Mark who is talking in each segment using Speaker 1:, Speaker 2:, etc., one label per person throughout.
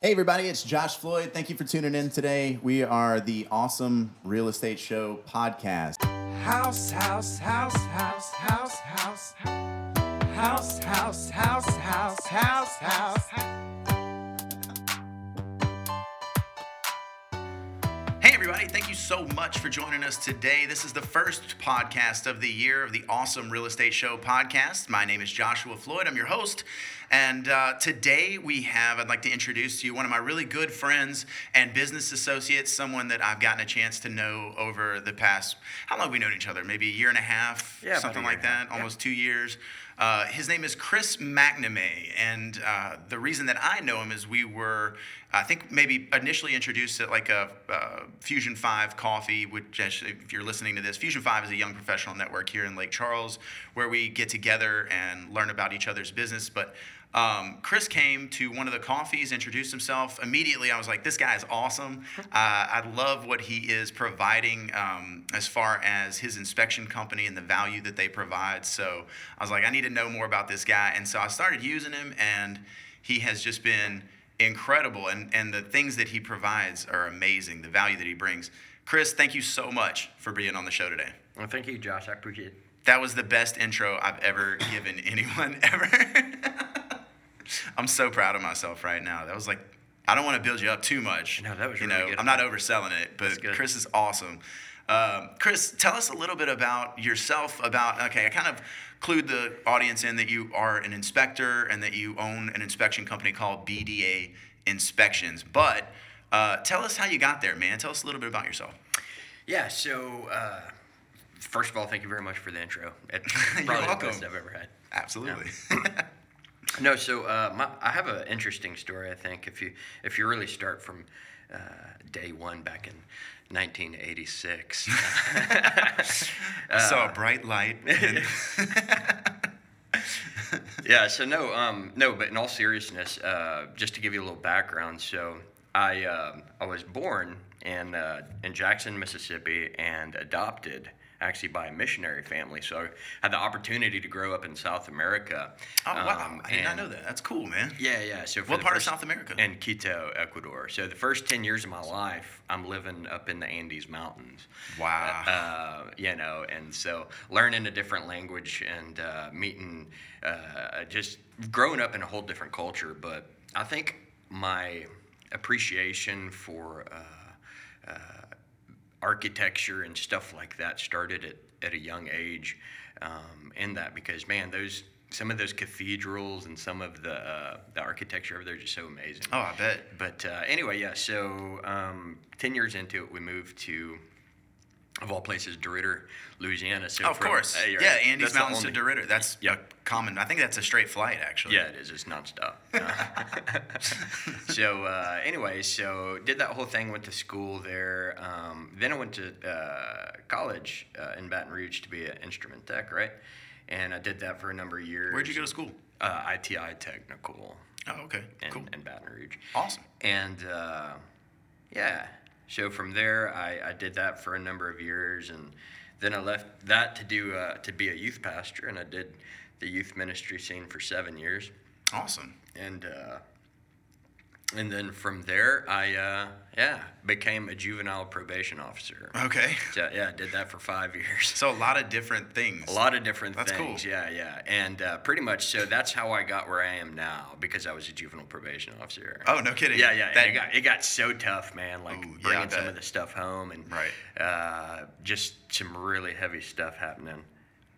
Speaker 1: Hey, everybody, it's Josh Floyd. Thank you for tuning in today. We are the Awesome Real Estate Show podcast.
Speaker 2: House, house, house, house, house, house. House, house, house, house, house, house.
Speaker 1: Hey, everybody, thank you so much for joining us today. This is the first podcast of the year of the Awesome Real Estate Show podcast. My name is Joshua Floyd, I'm your host. And uh, today we have, I'd like to introduce to you one of my really good friends and business associates, someone that I've gotten a chance to know over the past, how long have we known each other? Maybe a year and a half,
Speaker 2: Yeah, about a
Speaker 1: something
Speaker 2: year
Speaker 1: like
Speaker 2: and a half.
Speaker 1: that, almost two years. Uh, his name is Chris McNamee, and uh, the reason that I know him is we were, I think, maybe initially introduced at like a uh, Fusion Five coffee. Which, actually, if you're listening to this, Fusion Five is a young professional network here in Lake Charles, where we get together and learn about each other's business. But um, Chris came to one of the coffees, introduced himself. Immediately, I was like, this guy is awesome. Uh, I love what he is providing um, as far as his inspection company and the value that they provide. So I was like, I need to know more about this guy. And so I started using him, and he has just been incredible. And, and the things that he provides are amazing, the value that he brings. Chris, thank you so much for being on the show today.
Speaker 3: Well, thank you, Josh. I appreciate it.
Speaker 1: That was the best intro I've ever given anyone ever. I'm so proud of myself right now. That was like, I don't want to build you up too much.
Speaker 3: No, that was
Speaker 1: you
Speaker 3: really
Speaker 1: know,
Speaker 3: good.
Speaker 1: I'm not overselling it, but
Speaker 3: good.
Speaker 1: Chris is awesome. Um, Chris, tell us a little bit about yourself. About okay, I kind of clued the audience in that you are an inspector and that you own an inspection company called BDA Inspections. But uh, tell us how you got there, man. Tell us a little bit about yourself.
Speaker 3: Yeah, so uh, first of all, thank you very much for the intro. It's
Speaker 1: You're
Speaker 3: probably
Speaker 1: welcome.
Speaker 3: the best I've ever had.
Speaker 1: Absolutely.
Speaker 3: No, so uh, my, I have an interesting story. I think if you if you really start from uh, day one back in 1986.
Speaker 1: I Saw a bright light. and-
Speaker 3: yeah. So no, um, no. But in all seriousness, uh, just to give you a little background, so I um I was born in uh, in Jackson, Mississippi, and adopted actually by a missionary family. So I had the opportunity to grow up in South America.
Speaker 1: Oh wow!
Speaker 3: um,
Speaker 1: I did not
Speaker 3: and-
Speaker 1: know that. That's cool, man.
Speaker 3: Yeah, yeah. So for
Speaker 1: What
Speaker 3: the
Speaker 1: part of
Speaker 3: first-
Speaker 1: South America?
Speaker 3: In Quito, Ecuador. So the first ten years of my life, I'm living up in the Andes Mountains.
Speaker 1: Wow.
Speaker 3: Uh, you know, and so learning a different language and uh, meeting, uh, just growing up in a whole different culture. But I think my appreciation for uh, uh, architecture and stuff like that started at, at a young age um, in that because man those some of those cathedrals and some of the uh, the architecture over there is just so amazing
Speaker 1: oh, I bet.
Speaker 3: but uh, anyway yeah so um, 10 years into it we moved to of all places DeRidder Louisiana so
Speaker 1: Oh, of
Speaker 3: from-
Speaker 1: course.
Speaker 3: uh, you're
Speaker 1: yeah,
Speaker 3: right.
Speaker 1: Andes
Speaker 3: That's the
Speaker 1: Mountains to
Speaker 3: only-
Speaker 1: DeRidder. That's
Speaker 3: Yeah.
Speaker 1: a common. I think that's a straight flight, actually.
Speaker 3: yeah, it is. It's nonstop. so uh, anyway, so did that whole thing. Went to school there. Um, then I went to uh, college uh, in Baton Rouge to be an instrument tech, right? And I did that for a number of years.
Speaker 1: Where'd you go to school?
Speaker 3: Uh, ITI Technical
Speaker 1: Oh, okay.
Speaker 3: in,
Speaker 1: cool.
Speaker 3: in Baton Rouge.
Speaker 1: Awesome.
Speaker 3: And uh, yeah, so from there, I, I did that for a number of years, and then I left that to do uh, to be a youth pastor, and I did the youth ministry scene for seven years,
Speaker 1: Awesome.
Speaker 3: and uh, and then from there, I uh, yeah became a juvenile probation officer.
Speaker 1: Okay.
Speaker 3: So yeah, I did that for five years.
Speaker 1: So a lot of different things.
Speaker 3: A lot of different
Speaker 1: That's cool.
Speaker 3: things. Yeah, yeah, and uh, pretty much so that's how I got where I am now because I was a juvenile probation officer.
Speaker 1: Oh no, kidding.
Speaker 3: Yeah, yeah. and
Speaker 1: That-
Speaker 3: it got it got so tough, man. Like
Speaker 1: Ooh, yeah, I
Speaker 3: bringing some
Speaker 1: bet.
Speaker 3: of the stuff home and
Speaker 1: Right.
Speaker 3: uh, just some really heavy stuff happening.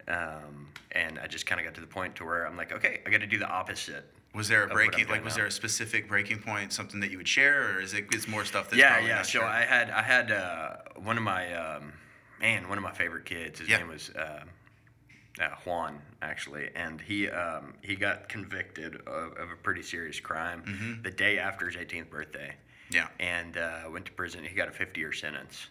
Speaker 3: Um, and I just kind of got to the point to where I'm like, okay, I got to do the opposite.
Speaker 1: was there a
Speaker 3: what
Speaker 1: breaking?
Speaker 3: I'm
Speaker 1: Like,
Speaker 3: doing
Speaker 1: was
Speaker 3: now.
Speaker 1: there a specific breaking point? Something that you would share, or is it? It's more stuff that's
Speaker 3: yeah,
Speaker 1: probably
Speaker 3: yeah.
Speaker 1: not
Speaker 3: So
Speaker 1: shared?
Speaker 3: I had I had uh, one of my um, man, one of my favorite kids. His
Speaker 1: Yeah.
Speaker 3: name was uh, uh, Juan, actually, and he um, he got convicted of, of a pretty serious crime
Speaker 1: Mm-hmm.
Speaker 3: the day after his 18th birthday.
Speaker 1: Yeah.
Speaker 3: and uh, went to prison. He got a 50 year sentence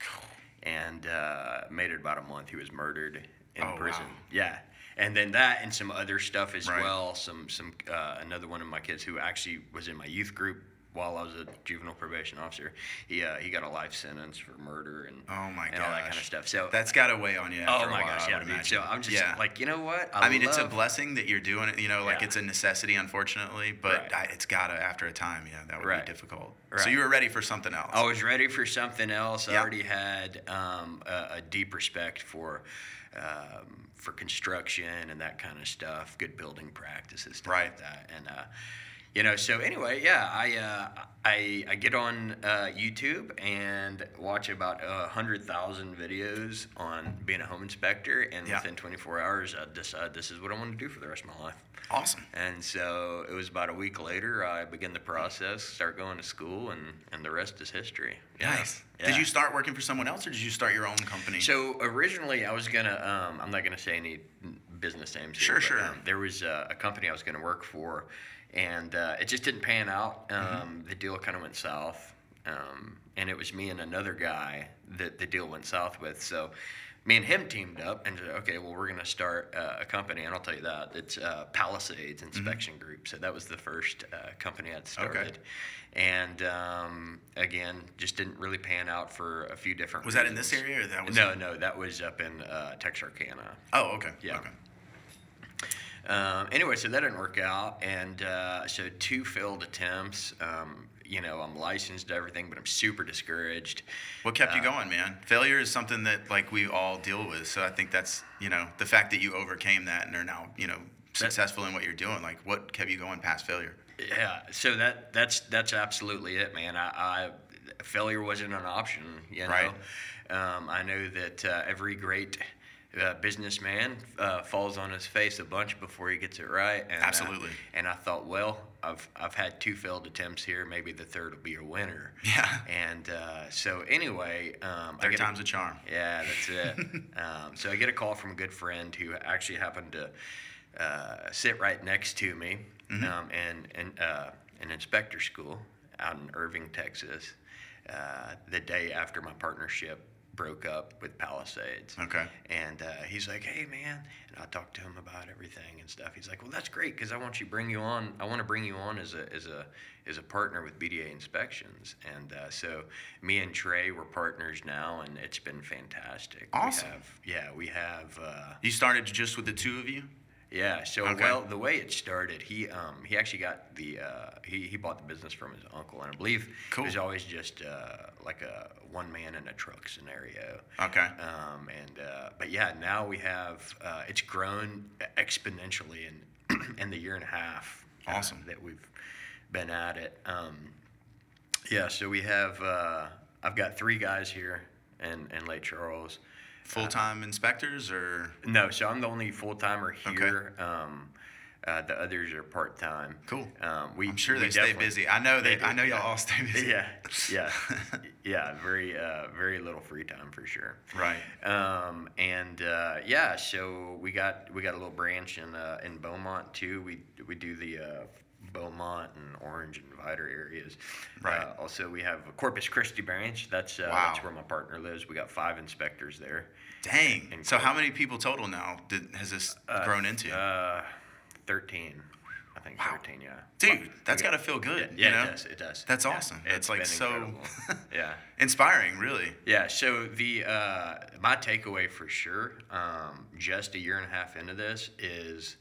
Speaker 3: and uh, made it about a month. He was murdered in
Speaker 1: Oh,
Speaker 3: prison.
Speaker 1: wow.
Speaker 3: Yeah. And then that and some other stuff as
Speaker 1: Right.
Speaker 3: well. Some some uh, another one of my kids who actually was in my youth group while I was a juvenile probation officer, he uh, he got a life sentence for murder and
Speaker 1: Oh my
Speaker 3: and all that kind of
Speaker 1: gosh.
Speaker 3: stuff. So
Speaker 1: That's got to weigh on you.
Speaker 3: oh
Speaker 1: after a
Speaker 3: my
Speaker 1: while,
Speaker 3: gosh,
Speaker 1: I
Speaker 3: yeah,
Speaker 1: would
Speaker 3: dude.
Speaker 1: imagine.
Speaker 3: So I'm just
Speaker 1: Yeah.
Speaker 3: like, you know what?
Speaker 1: I mean, it's a
Speaker 3: love-
Speaker 1: blessing that you're doing it. You know, like
Speaker 3: Yeah.
Speaker 1: it's a necessity, unfortunately, but
Speaker 3: Right.
Speaker 1: I, it's gotta after a time. Yeah, that would
Speaker 3: Right.
Speaker 1: be difficult. So
Speaker 3: Right.
Speaker 1: you were ready for something else.
Speaker 3: Oh, I was ready for something else.
Speaker 1: Yeah.
Speaker 3: I already had um, a, a deep respect for um, for construction and that kind of stuff, good building practices, stuff
Speaker 1: Right.
Speaker 3: like that. And uh, you know, so anyway, yeah, I uh, I, I get on uh, YouTube and watch about a hundred thousand videos on being a home inspector, and
Speaker 1: Yeah.
Speaker 3: within 24 hours, I decide this is what I want to do for the rest of my life.
Speaker 1: awesome.
Speaker 3: And so it was about a week later I began the process, start going to school, and, and the rest is history. Yeah.
Speaker 1: Nice.
Speaker 3: Yeah.
Speaker 1: Did you start working for someone else, or did you start your own company?
Speaker 3: So originally I was gonna, um, I'm not gonna say any business names.
Speaker 1: Sure,
Speaker 3: here,
Speaker 1: sure.
Speaker 3: um, there was a, a company I was gonna work for, and uh, it just didn't pan out. Um,
Speaker 1: Mm-hmm.
Speaker 3: The deal kind of went south, um, and it was me and another guy that the deal went south with. So. Me and him teamed up and said, okay, well, we're going to start uh, a company. And I'll tell you that it's uh, Palisades
Speaker 1: Mm-hmm.
Speaker 3: Inspection Group. So that was the first uh, company I'd started. And um, again, just didn't really pan out for a few different
Speaker 1: was that in this
Speaker 3: reasons.
Speaker 1: area, or that was
Speaker 3: No, no, that was up in uh, Texarkana.
Speaker 1: Oh, okay.
Speaker 3: Yeah.
Speaker 1: Okay.
Speaker 3: Um, anyway, so that didn't work out, and uh, so two failed attempts. Um, you know, I'm licensed and everything, but I'm super discouraged.
Speaker 1: What kept you
Speaker 3: Uh,
Speaker 1: going, man? Failure is something that like we all deal with. So I think that's you know the fact that you overcame that and are now you know successful in what you're doing. Like what kept you going past failure?
Speaker 3: Yeah, so that that's that's absolutely it, man. I, I failure wasn't an option. You know,
Speaker 1: Right.
Speaker 3: um, I know that uh, every great. Uh, businessman uh, falls on his face a bunch before he gets it right. And, uh,
Speaker 1: Absolutely.
Speaker 3: and I thought, well, I've I've had two failed attempts here. Maybe the third will be a winner.
Speaker 1: Yeah.
Speaker 3: And uh, so anyway, um, I
Speaker 1: Third
Speaker 3: get a-
Speaker 1: time's a charm.
Speaker 3: yeah, that's it. um, so I get a call from a good friend who actually happened to uh, sit right next to me
Speaker 1: Mm-hmm.
Speaker 3: um, and, and uh, an inspector school out in Irving, Texas, uh, the day after my partnership broke up with Palisades.
Speaker 1: Okay.
Speaker 3: And uh, he's like, "Hey, man," and I talked to him about everything and stuff. He's like, "Well, that's great because I want you bring you on. I want to bring you on as a as a as a partner with BDA Inspections." And uh, so, me and Trey we're partners now, and it's been fantastic.
Speaker 1: Awesome.
Speaker 3: We have, yeah, we have. Uh,
Speaker 1: You started just with the two of you.
Speaker 3: yeah. So
Speaker 1: Okay.
Speaker 3: well, the way it started, he um, he actually got the uh, he he bought the business from his uncle, and I believe
Speaker 1: Cool.
Speaker 3: it was always just uh, like a one man in a truck scenario.
Speaker 1: Okay.
Speaker 3: Um, and uh, but yeah, now we have uh, it's grown exponentially in in the year and a half. uh,
Speaker 1: Awesome.
Speaker 3: that we've been at it. Um, yeah. So we have uh, I've got three guys here in in Lake Charles.
Speaker 1: Full time inspectors or
Speaker 3: No, so I'm the only full timer
Speaker 1: Okay.
Speaker 3: here. Um, uh, the others are part time.
Speaker 1: Cool.
Speaker 3: Um, we,
Speaker 1: I'm sure
Speaker 3: we
Speaker 1: they stay
Speaker 3: definitely-
Speaker 1: busy. I know they.
Speaker 3: They do,
Speaker 1: I know y'all
Speaker 3: yeah.
Speaker 1: all stay busy.
Speaker 3: Yeah, yeah, yeah. Very, uh, very little free time for sure.
Speaker 1: Right.
Speaker 3: Um, and uh, yeah, so we got we got a little branch in uh, in Beaumont too. We we do the uh, Beaumont and Orange and Vider areas.
Speaker 1: Right.
Speaker 3: Uh, also, we have a Corpus Christi branch. That's uh,
Speaker 1: Wow.
Speaker 3: that's where my partner lives. We got five inspectors there.
Speaker 1: Dang.
Speaker 3: And
Speaker 1: So
Speaker 3: cool.
Speaker 1: how many people total now did, has this grown into?
Speaker 3: Uh, thirteen. I think
Speaker 1: Wow.
Speaker 3: thirteen. Yeah.
Speaker 1: Dude, that's
Speaker 3: got-
Speaker 1: got to feel good.
Speaker 3: Yeah,
Speaker 1: you know?
Speaker 3: it does. It does.
Speaker 1: That's
Speaker 3: Yeah,
Speaker 1: awesome. That's, like,
Speaker 3: been
Speaker 1: so-
Speaker 3: incredible. yeah.
Speaker 1: Inspiring, really.
Speaker 3: Yeah, so the uh, my takeaway for sure, um, just a year and a half into this, is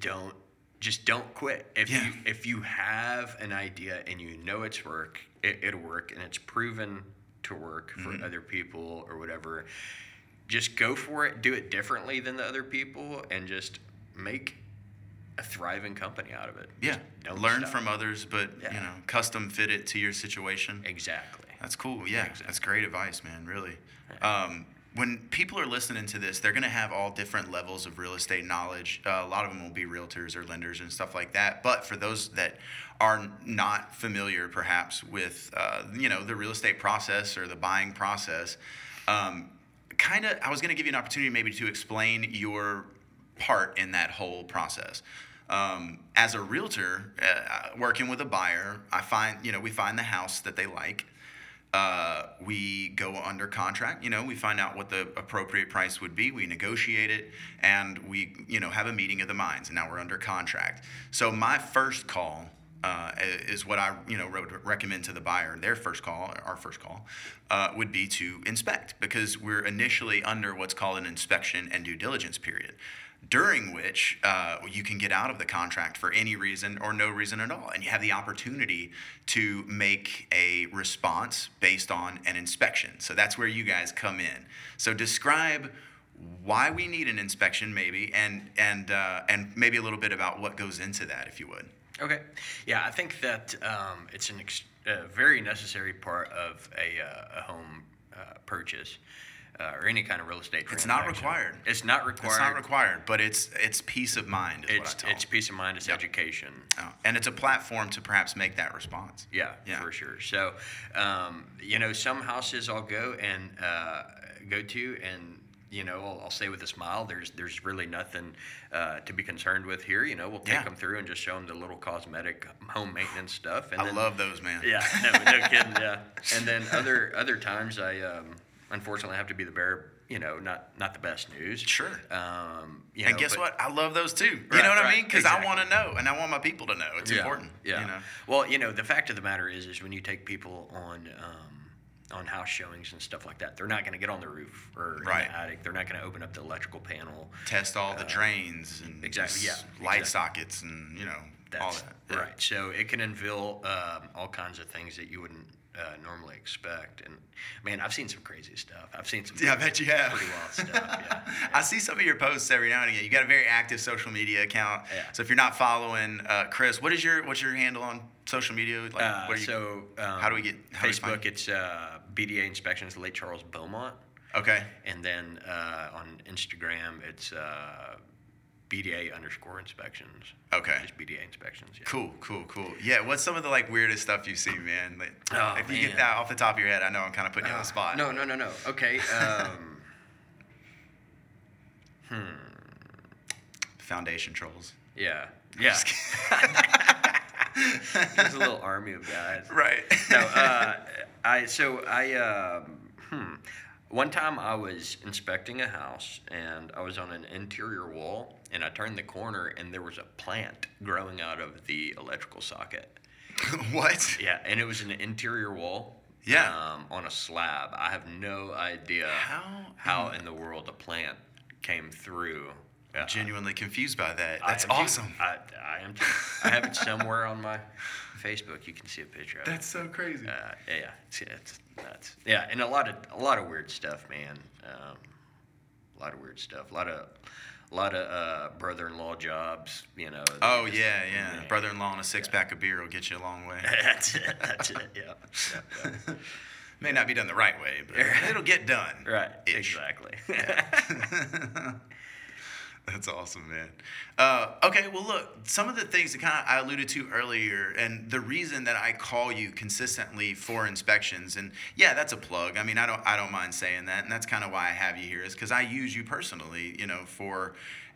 Speaker 3: don't just don't quit. If
Speaker 1: Yeah.
Speaker 3: you if you have an idea and you know it's work, it, it'll work, and it's proven to work for other people or whatever. Just go for it. Do it differently than the other people, and just make a thriving company out of it.
Speaker 1: Yeah.
Speaker 3: Just don't
Speaker 1: Learn
Speaker 3: stop.
Speaker 1: from others, but you
Speaker 3: Yeah.
Speaker 1: know, custom fit it to your situation.
Speaker 3: exactly.
Speaker 1: That's cool. Yeah, that's great advice, man. Really. Um, when people are listening to this, they're going to have all different levels of real estate knowledge. Uh, a lot of them will be realtors or lenders and stuff like that. But for those that are not familiar, perhaps with uh, you know the real estate process or the buying process, um, kind of, I was going to give you an opportunity maybe to explain your part in that whole process. Um, as a realtor uh, working with a buyer, I find you know we find the house that they like uh, we go under contract. You know, we find out what the appropriate price would be. We negotiate it, and we you know have a meeting of the minds. And now we're under contract. So my first call uh, is what I you know would recommend to the buyer. Their first call, our first call, uh, would be to inspect because we're initially under what's called an inspection and due diligence period, during which uh, you can get out of the contract for any reason or no reason at all, and you have the opportunity to make a response based on an inspection. So that's where you guys come in. So describe why we need an inspection, maybe, and and uh, and maybe a little bit about what goes into that, if you would.
Speaker 3: Okay. Yeah, I think that um, it's an ex- a very necessary part of a, uh, a home uh, purchase uh, or any kind of real estate.
Speaker 1: It's not
Speaker 3: transaction.
Speaker 1: required.
Speaker 3: It's not required.
Speaker 1: It's not required, but it's it's peace of mind. Is what
Speaker 3: It's,
Speaker 1: I tell
Speaker 3: it's
Speaker 1: 'em.
Speaker 3: peace of mind. It's
Speaker 1: Yep.
Speaker 3: education.
Speaker 1: Oh, and it's a platform to perhaps make that response.
Speaker 3: Yeah,
Speaker 1: Yeah.
Speaker 3: for sure. So, um, you know, some houses I'll go and uh, go to, and you know, I'll, I'll say with a smile, "There's there's really nothing uh, to be concerned with here." You know, we'll take
Speaker 1: Yeah.
Speaker 3: them through and just show them the little cosmetic home maintenance stuff. And
Speaker 1: I
Speaker 3: then,
Speaker 1: love those, man.
Speaker 3: Yeah, no, no kidding. Yeah, and then other other times I um, unfortunately have to be the bearer. You know, not not the best news.
Speaker 1: Sure.
Speaker 3: Um, you
Speaker 1: And
Speaker 3: know,
Speaker 1: guess
Speaker 3: but-
Speaker 1: what? I love those too. You
Speaker 3: Right,
Speaker 1: know what I
Speaker 3: right,
Speaker 1: mean? Because I
Speaker 3: exactly.
Speaker 1: want to know, and I want my people to know. It's important.
Speaker 3: Yeah.
Speaker 1: You know?
Speaker 3: Well, you know, the fact of the matter is, is when you take people on um, on house showings and stuff like that, they're not going to get on the roof or in
Speaker 1: Right.
Speaker 3: the attic. They're not going to open up the electrical panel.
Speaker 1: Test all the drains and
Speaker 3: Uh, exactly, yeah,
Speaker 1: s- light
Speaker 3: exactly.
Speaker 1: sockets and you know all
Speaker 3: That's
Speaker 1: that. Yeah.
Speaker 3: right. So it can unveil um, all kinds of things that you wouldn't uh, normally expect. And man, I've seen some crazy stuff. I've seen some.
Speaker 1: Yeah, I bet you have.
Speaker 3: Pretty wild stuff. Yeah.
Speaker 1: I see some of your posts every now and again. You got a very active social media account.
Speaker 3: Yeah.
Speaker 1: So if you're not following uh, Chris, what is your what's your handle on social media? Like,
Speaker 3: Uh,
Speaker 1: what are you,
Speaker 3: so um,
Speaker 1: how do we get- how do we find
Speaker 3: Facebook? it's uh, BDA Inspections, Lake Charles Beaumont.
Speaker 1: okay.
Speaker 3: And then uh, on Instagram, it's uh, BDA underscore inspections.
Speaker 1: Okay.
Speaker 3: Just BDA inspections. Yeah.
Speaker 1: Cool, cool, cool. Yeah, what's some of the like weirdest stuff you see, man? Like,
Speaker 3: Oh,
Speaker 1: if you get
Speaker 3: man.
Speaker 1: that off the top of your head, I know I'm kind of putting you on
Speaker 3: Uh,
Speaker 1: the spot.
Speaker 3: No, no, no, no. Okay. Um,
Speaker 1: Foundation trolls.
Speaker 3: yeah. Yeah. There's a little army of guys.
Speaker 1: Right.
Speaker 3: No. Uh, I so I um, hmm. One time I was inspecting a house and I was on an interior wall and I turned the corner and there was a plant growing out of the electrical socket.
Speaker 1: what?
Speaker 3: Yeah, and it was an interior wall.
Speaker 1: Yeah.
Speaker 3: Um, on a slab. I have no idea
Speaker 1: How
Speaker 3: how
Speaker 1: in-
Speaker 3: in the world a plant came through. Uh,
Speaker 1: Genuinely confused by that.
Speaker 3: I
Speaker 1: That's
Speaker 3: am too.
Speaker 1: awesome.
Speaker 3: I, I am. Too. I have it somewhere on my Facebook. You can see a picture of
Speaker 1: That's so crazy.
Speaker 3: it. Uh, yeah, yeah, it's, it's nuts. Yeah, and a lot of a lot of weird stuff, man. Um, a lot of weird stuff. A lot of a lot of uh, brother-in-law jobs. You know.
Speaker 1: oh
Speaker 3: just-
Speaker 1: yeah, yeah.
Speaker 3: Yeah.
Speaker 1: Brother-in-law and a six-pack of beer will get you a long way.
Speaker 3: That's it. That's it. Yeah. yeah, yeah.
Speaker 1: May not be done the right way, but it'll get done.
Speaker 3: Right.
Speaker 1: Ish.
Speaker 3: Exactly.
Speaker 1: That's awesome, man. Uh, okay, well, look, some of the things that kind of I alluded to earlier, and the reason that I call you consistently for inspections, and yeah, that's a plug. I mean, I don't, I don't mind saying that, and that's kind of why I have you here, is because I use you personally, you know, for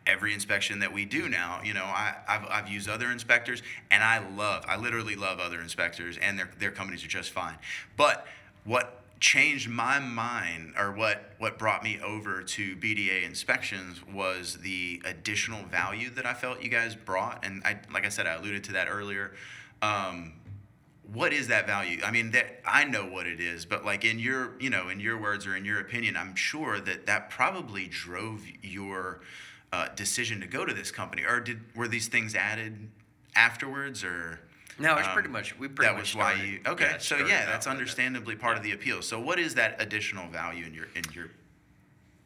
Speaker 1: every inspection that we do now. You know, I, I've, I've used other inspectors, and I love, I literally love other inspectors, and their their companies are just fine. But what changed my mind or what what brought me over to BDA inspections was the additional value that I felt you guys brought and I like I said I alluded to that earlier um, what is that value I mean that I know what it is but like in your you know in your words or in your opinion I'm sure that that probably drove your uh, decision to go to this company or did were these things added afterwards or
Speaker 3: No, it's
Speaker 1: um,
Speaker 3: pretty much we pretty
Speaker 1: that
Speaker 3: much
Speaker 1: was why
Speaker 3: started-
Speaker 1: you okay. so
Speaker 3: started
Speaker 1: yeah,
Speaker 3: out
Speaker 1: that's
Speaker 3: with it.
Speaker 1: understandably part of the appeal. So what is that additional value in your in your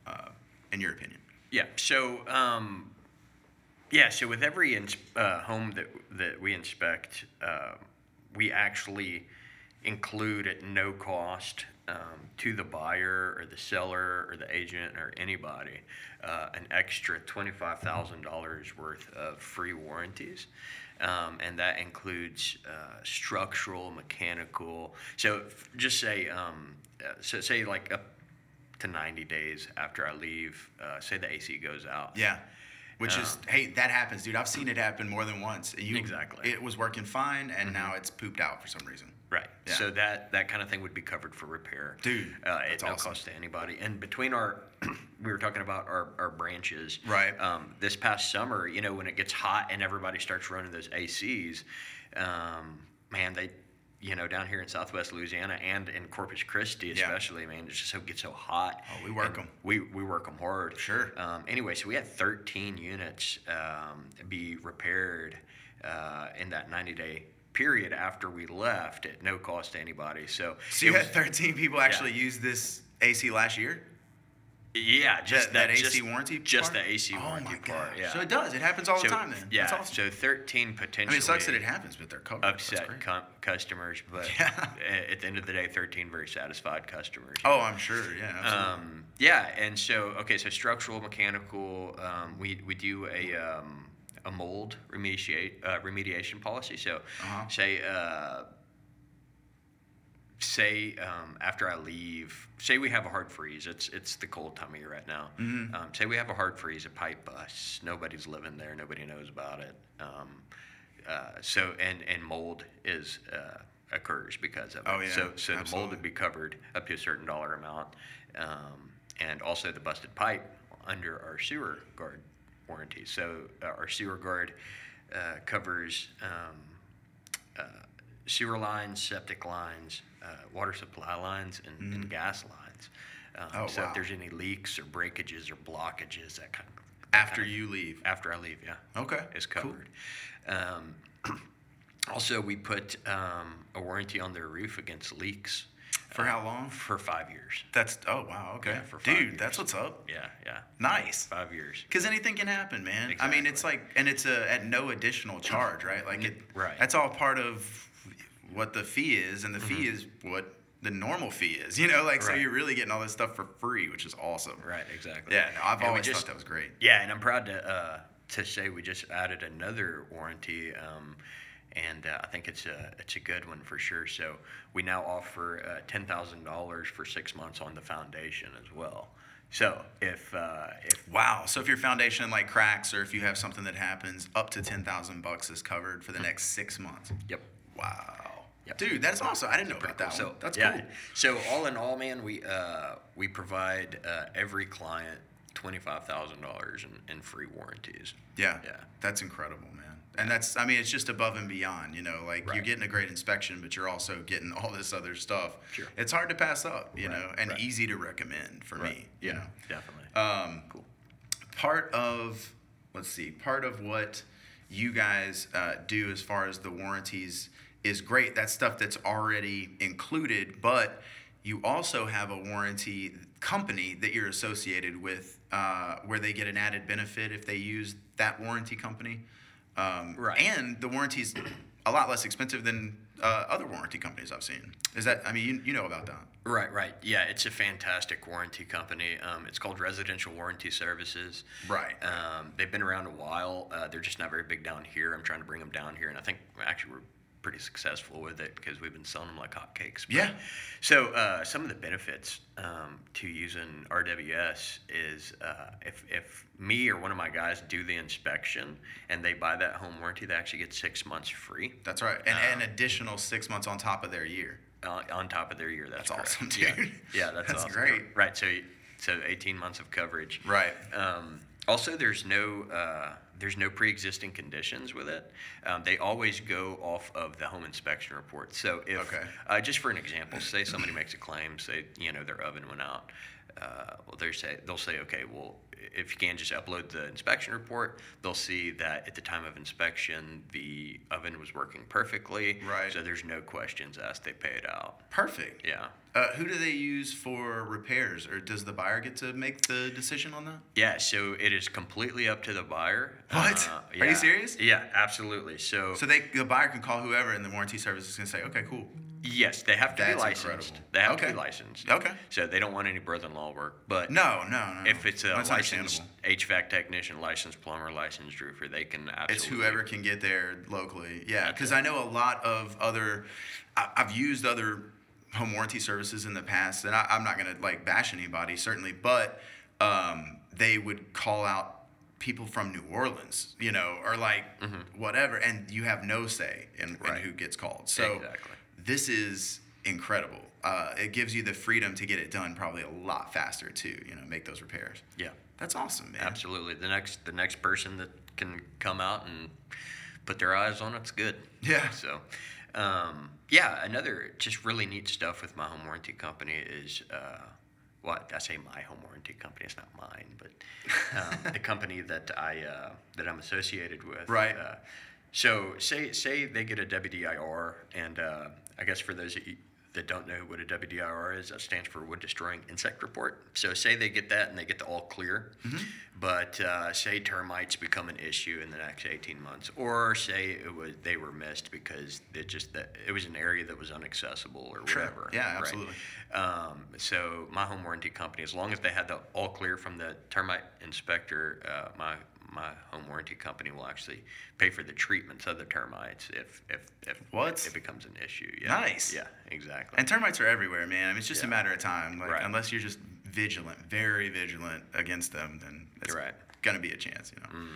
Speaker 1: uh, in your opinion?
Speaker 3: Yeah. So um, yeah. So with every ins- uh, home that that we inspect, uh, we actually include at no cost um, to the buyer or the seller or the agent or anybody uh, an extra twenty five thousand dollars worth of free warranties. Um, and that includes uh, structural, mechanical. So, f- just say, um, uh, so say like up to 90 days after I leave, uh, say the AC goes out.
Speaker 1: Yeah. Which
Speaker 3: Um,
Speaker 1: is hey, that happens, dude. I've seen it happen more than once. And you,
Speaker 3: Exactly. Mm-hmm.
Speaker 1: It was working fine, and now it's pooped out for some reason.
Speaker 3: Right.
Speaker 1: Yeah.
Speaker 3: So that that kind of thing would be covered for repair.
Speaker 1: Dude,
Speaker 3: uh, at
Speaker 1: that's
Speaker 3: no
Speaker 1: awesome.
Speaker 3: cost to anybody. And between our, we were talking about our, our branches.
Speaker 1: Right.
Speaker 3: Um, this past summer, you know, when it gets hot and everybody starts running those ACs, um, man, they, you know, down here in Southwest Louisiana and in Corpus Christi
Speaker 1: Yeah.
Speaker 3: especially, man, it's just so gets so hot.
Speaker 1: Oh, we work
Speaker 3: And
Speaker 1: 'em.
Speaker 3: We we work them hard.
Speaker 1: Sure.
Speaker 3: Um, anyway, so we had 13 units um, be repaired uh, in that 90 day period after we left at no cost to anybody. So,
Speaker 1: So
Speaker 3: it
Speaker 1: you
Speaker 3: was-
Speaker 1: had 13 people actually use this AC last year?
Speaker 3: yeah, just
Speaker 1: that
Speaker 3: that,
Speaker 1: AC
Speaker 3: just-
Speaker 1: warranty
Speaker 3: just
Speaker 1: part?
Speaker 3: the AC
Speaker 1: Oh
Speaker 3: warranty
Speaker 1: my
Speaker 3: part.
Speaker 1: gosh.
Speaker 3: Yeah.
Speaker 1: So it does. It happens all the
Speaker 3: So,
Speaker 1: time then.
Speaker 3: Yeah.
Speaker 1: That's awesome.
Speaker 3: So 13 potentially.
Speaker 1: I mean, it sucks that it happens, but they're covered. That's
Speaker 3: upset
Speaker 1: great.
Speaker 3: cu- customers, but
Speaker 1: Yeah.
Speaker 3: a- at the end of the day, 13 very satisfied customers.
Speaker 1: Oh, I'm sure. Yeah. absolutely.
Speaker 3: Um, yeah, and so okay, so structural, mechanical, um, we we do a um, a mold remediate uh, remediation policy. So
Speaker 1: Uh-huh.
Speaker 3: say. Uh, Say um, after I leave, say we have a hard freeze. It's it's the cold time of year right now.
Speaker 1: Mm-hmm.
Speaker 3: Um, say we have a hard freeze, a pipe bust. Nobody's living there. Nobody knows about it. Um, uh, so and and mold is uh, occurs because of it.
Speaker 1: Oh, yeah,
Speaker 3: So so the mold
Speaker 1: absolutely.
Speaker 3: would be be covered up to a certain dollar amount, um, and also the busted pipe under our sewer guard warranty. So uh, our sewer guard uh, covers um, uh, sewer lines, septic lines, uh, water supply lines, and, and gas lines. Um,
Speaker 1: Mm. Oh,
Speaker 3: so
Speaker 1: wow.
Speaker 3: if there's any leaks or breakages or blockages, that kind of
Speaker 1: After you leave.
Speaker 3: after I leave, yeah
Speaker 1: Okay.
Speaker 3: is
Speaker 1: cool.
Speaker 3: covered. Um, also, we put um, a warranty on their roof against leaks
Speaker 1: For how long?
Speaker 3: for five years.
Speaker 1: That's oh wow okay
Speaker 3: Yeah, for five
Speaker 1: dude
Speaker 3: years.
Speaker 1: that's what's up
Speaker 3: Yeah, yeah,
Speaker 1: nice
Speaker 3: five years.
Speaker 1: because anything can happen man I mean it's like and it's a, at no additional charge right like it
Speaker 3: Right.
Speaker 1: that's all part of what the fee is and the fee is what the normal fee is you know like so
Speaker 3: Mm-hmm. Right.
Speaker 1: you're really getting all this stuff for free which is awesome
Speaker 3: Right, exactly.
Speaker 1: yeah no, I've
Speaker 3: And we
Speaker 1: always
Speaker 3: just-
Speaker 1: thought that was great
Speaker 3: Yeah, and I'm proud to uh, to say we just added another warranty, um, and uh, I think it's a it's a good one for sure. So we now offer uh, ten thousand dollars for six months on the foundation as well. So if uh, if
Speaker 1: wow so if your foundation like cracks or if you have something that happens up to ten thousand bucks is covered for the next six months
Speaker 3: yep.
Speaker 1: wow
Speaker 3: Mm-hmm. Yep.
Speaker 1: dude that's awesome I didn't know about
Speaker 3: pretty
Speaker 1: that
Speaker 3: cool.
Speaker 1: one that's
Speaker 3: yeah.
Speaker 1: cool
Speaker 3: So all in all, man, we uh, we provide uh, every client twenty five thousand dollars in, in free warranties.
Speaker 1: Yeah.
Speaker 3: Yeah.
Speaker 1: That's incredible, man. And that's I mean, it's just above and beyond, you know, like you're
Speaker 3: Right.
Speaker 1: getting a great inspection, but you're also getting all this other stuff.
Speaker 3: Sure.
Speaker 1: It's hard to pass up, you
Speaker 3: Right,
Speaker 1: know, and
Speaker 3: right.
Speaker 1: easy to recommend for me. You know.
Speaker 3: definitely.
Speaker 1: Um
Speaker 3: cool.
Speaker 1: part of let's see part of what you guys uh, do as far as the warranties is great that's stuff that's already included but you also have a warranty company that you're associated with uh, where they get an added benefit if they use that warranty company um,
Speaker 3: Right.
Speaker 1: and the warranty's a lot less expensive than uh, other warranty companies i've seen is that i mean you, you know about that
Speaker 3: Right, right. Yeah, it's a fantastic warranty company. Um, it's called Residential Warranty Services.
Speaker 1: Right,
Speaker 3: Um, they've been around a while. Uh, they're just not very big down here. I'm trying to bring them down here, and I think actually we're pretty successful with it because we've been selling them like hotcakes. But-
Speaker 1: Yeah.
Speaker 3: So uh, some of the benefits um, to using RWS is uh, if if me or one of my guys do the inspection and they buy that home warranty, they actually get six months free.
Speaker 1: that's right and an additional six months on top of their year
Speaker 3: on, uh, on top of their year. That's,
Speaker 1: That's
Speaker 3: correct.
Speaker 1: awesome, dude.
Speaker 3: Yeah, yeah that's,
Speaker 1: That's
Speaker 3: awesome.
Speaker 1: great.
Speaker 3: Right. So you- so 18 months of coverage.
Speaker 1: Right.
Speaker 3: Um, also, there's no uh, there's no pre-existing conditions with it. Um, they always go off of the home inspection report. So if
Speaker 1: Okay.
Speaker 3: uh, just for an example, say somebody makes a claim, say you know their oven went out. Uh, well, they say they'll say, okay, well, if you can just upload the inspection report, they'll see that at the time of inspection the oven was working perfectly.
Speaker 1: Right.
Speaker 3: So there's no questions asked. They pay it out.
Speaker 1: Perfect.
Speaker 3: Yeah.
Speaker 1: Uh, who do they use for repairs, or does the buyer get to make the decision on that?
Speaker 3: Yeah. So it is completely up to the buyer. Uh,
Speaker 1: What? Are you
Speaker 3: yeah.
Speaker 1: serious?
Speaker 3: Yeah, absolutely. So,
Speaker 1: So they, the buyer can call whoever, and the warranty service is gonna say, "Okay, cool."
Speaker 3: yes, they have to be
Speaker 1: That's
Speaker 3: licensed.
Speaker 1: incredible.
Speaker 3: They have to
Speaker 1: Okay.
Speaker 3: be licensed.
Speaker 1: Okay.
Speaker 3: So they don't want any brother-in-law work, but
Speaker 1: No, no, no.
Speaker 3: if it's a
Speaker 1: That's
Speaker 3: licensed
Speaker 1: understandable.
Speaker 3: HVAC technician, licensed plumber, licensed roofer, they can absolutely.
Speaker 1: It's whoever can get there locally. Yeah,
Speaker 3: That's
Speaker 1: because I know a lot of other. I, I've used other home warranty services in the past, and I, I'm not gonna like bash anybody certainly, but um, they would call out people from New Orleans, you know, or like whatever, and you have no say in, in
Speaker 3: Mm-hmm. Right.
Speaker 1: who gets called. So
Speaker 3: Exactly.
Speaker 1: this is incredible. Uh, it gives you the freedom to get it done probably a lot faster too. You know, make those repairs.
Speaker 3: Yeah,
Speaker 1: That's awesome, man.
Speaker 3: absolutely. The next the next person that can come out and put their eyes on, it's good.
Speaker 1: Yeah.
Speaker 3: So, um, yeah, another just really neat stuff with my home warranty company is, uh, well, I say my home warranty company. It's not mine, but um, the company that I uh, that I'm associated with.
Speaker 1: Right.
Speaker 3: Uh, so say say they get a WDIR, and uh, I guess for those that, you, that don't know what a WDIR is, that stands for Wood Destroying Insect Report. So say they get that and they get the all clear,
Speaker 1: Mm-hmm.
Speaker 3: but uh, say termites become an issue in the next 18 months, or say it was they were missed because they just that it was an area that was inaccessible or
Speaker 1: Sure.
Speaker 3: whatever.
Speaker 1: Yeah,
Speaker 3: right?
Speaker 1: absolutely.
Speaker 3: Um, so my home warranty company, as long as they had the all clear from the termite inspector, uh, my my home warranty company will actually pay for the treatments of the termites if if if
Speaker 1: What?
Speaker 3: it becomes an issue. Yeah.
Speaker 1: Nice.
Speaker 3: Yeah, exactly.
Speaker 1: And termites are everywhere, man. I mean, it's just a
Speaker 3: Yeah.
Speaker 1: matter of time. Like,
Speaker 3: Right.
Speaker 1: unless you're just vigilant, very vigilant against them, then it's
Speaker 3: Right. Mm-hmm.
Speaker 1: gonna be a chance. You know,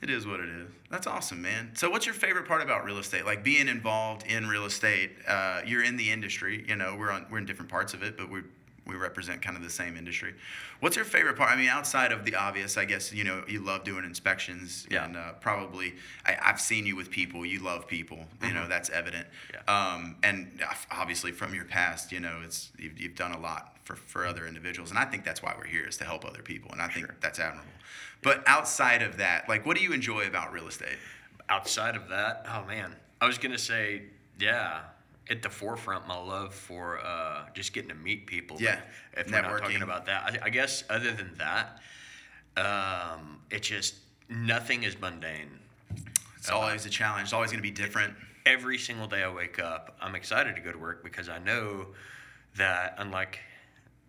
Speaker 1: It is what it is. That's awesome, man. So, what's your favorite part about real estate? Like being involved in real estate. Uh, you're in the industry. You know, we're on we're in different parts of it, but we we represent kind of the same industry. What's your favorite part? I mean, outside of the obvious, I guess you know you love doing inspections
Speaker 3: Yeah.
Speaker 1: and uh, probably I, I've seen you with people. You love people. You know, that's evident.
Speaker 3: Mm-hmm. Yeah.
Speaker 1: Um, and uh, obviously, from your past, you know, it's you've, you've done a lot for, for other individuals, and I think that's why we're here is to help other people, and I think that's admirable. But outside of that, like, what do you enjoy about real estate?
Speaker 3: outside of that, oh man, I was gonna say, yeah, at the forefront, my love for uh, just getting to meet people. but
Speaker 1: Yeah,
Speaker 3: if we're not
Speaker 1: networking.
Speaker 3: talking about that, I, I guess other than that, um, it just nothing is mundane. Uh,
Speaker 1: It's always a challenge. It's always going to be different.
Speaker 3: Every single day I wake up, I'm excited to go to work because I know that unlike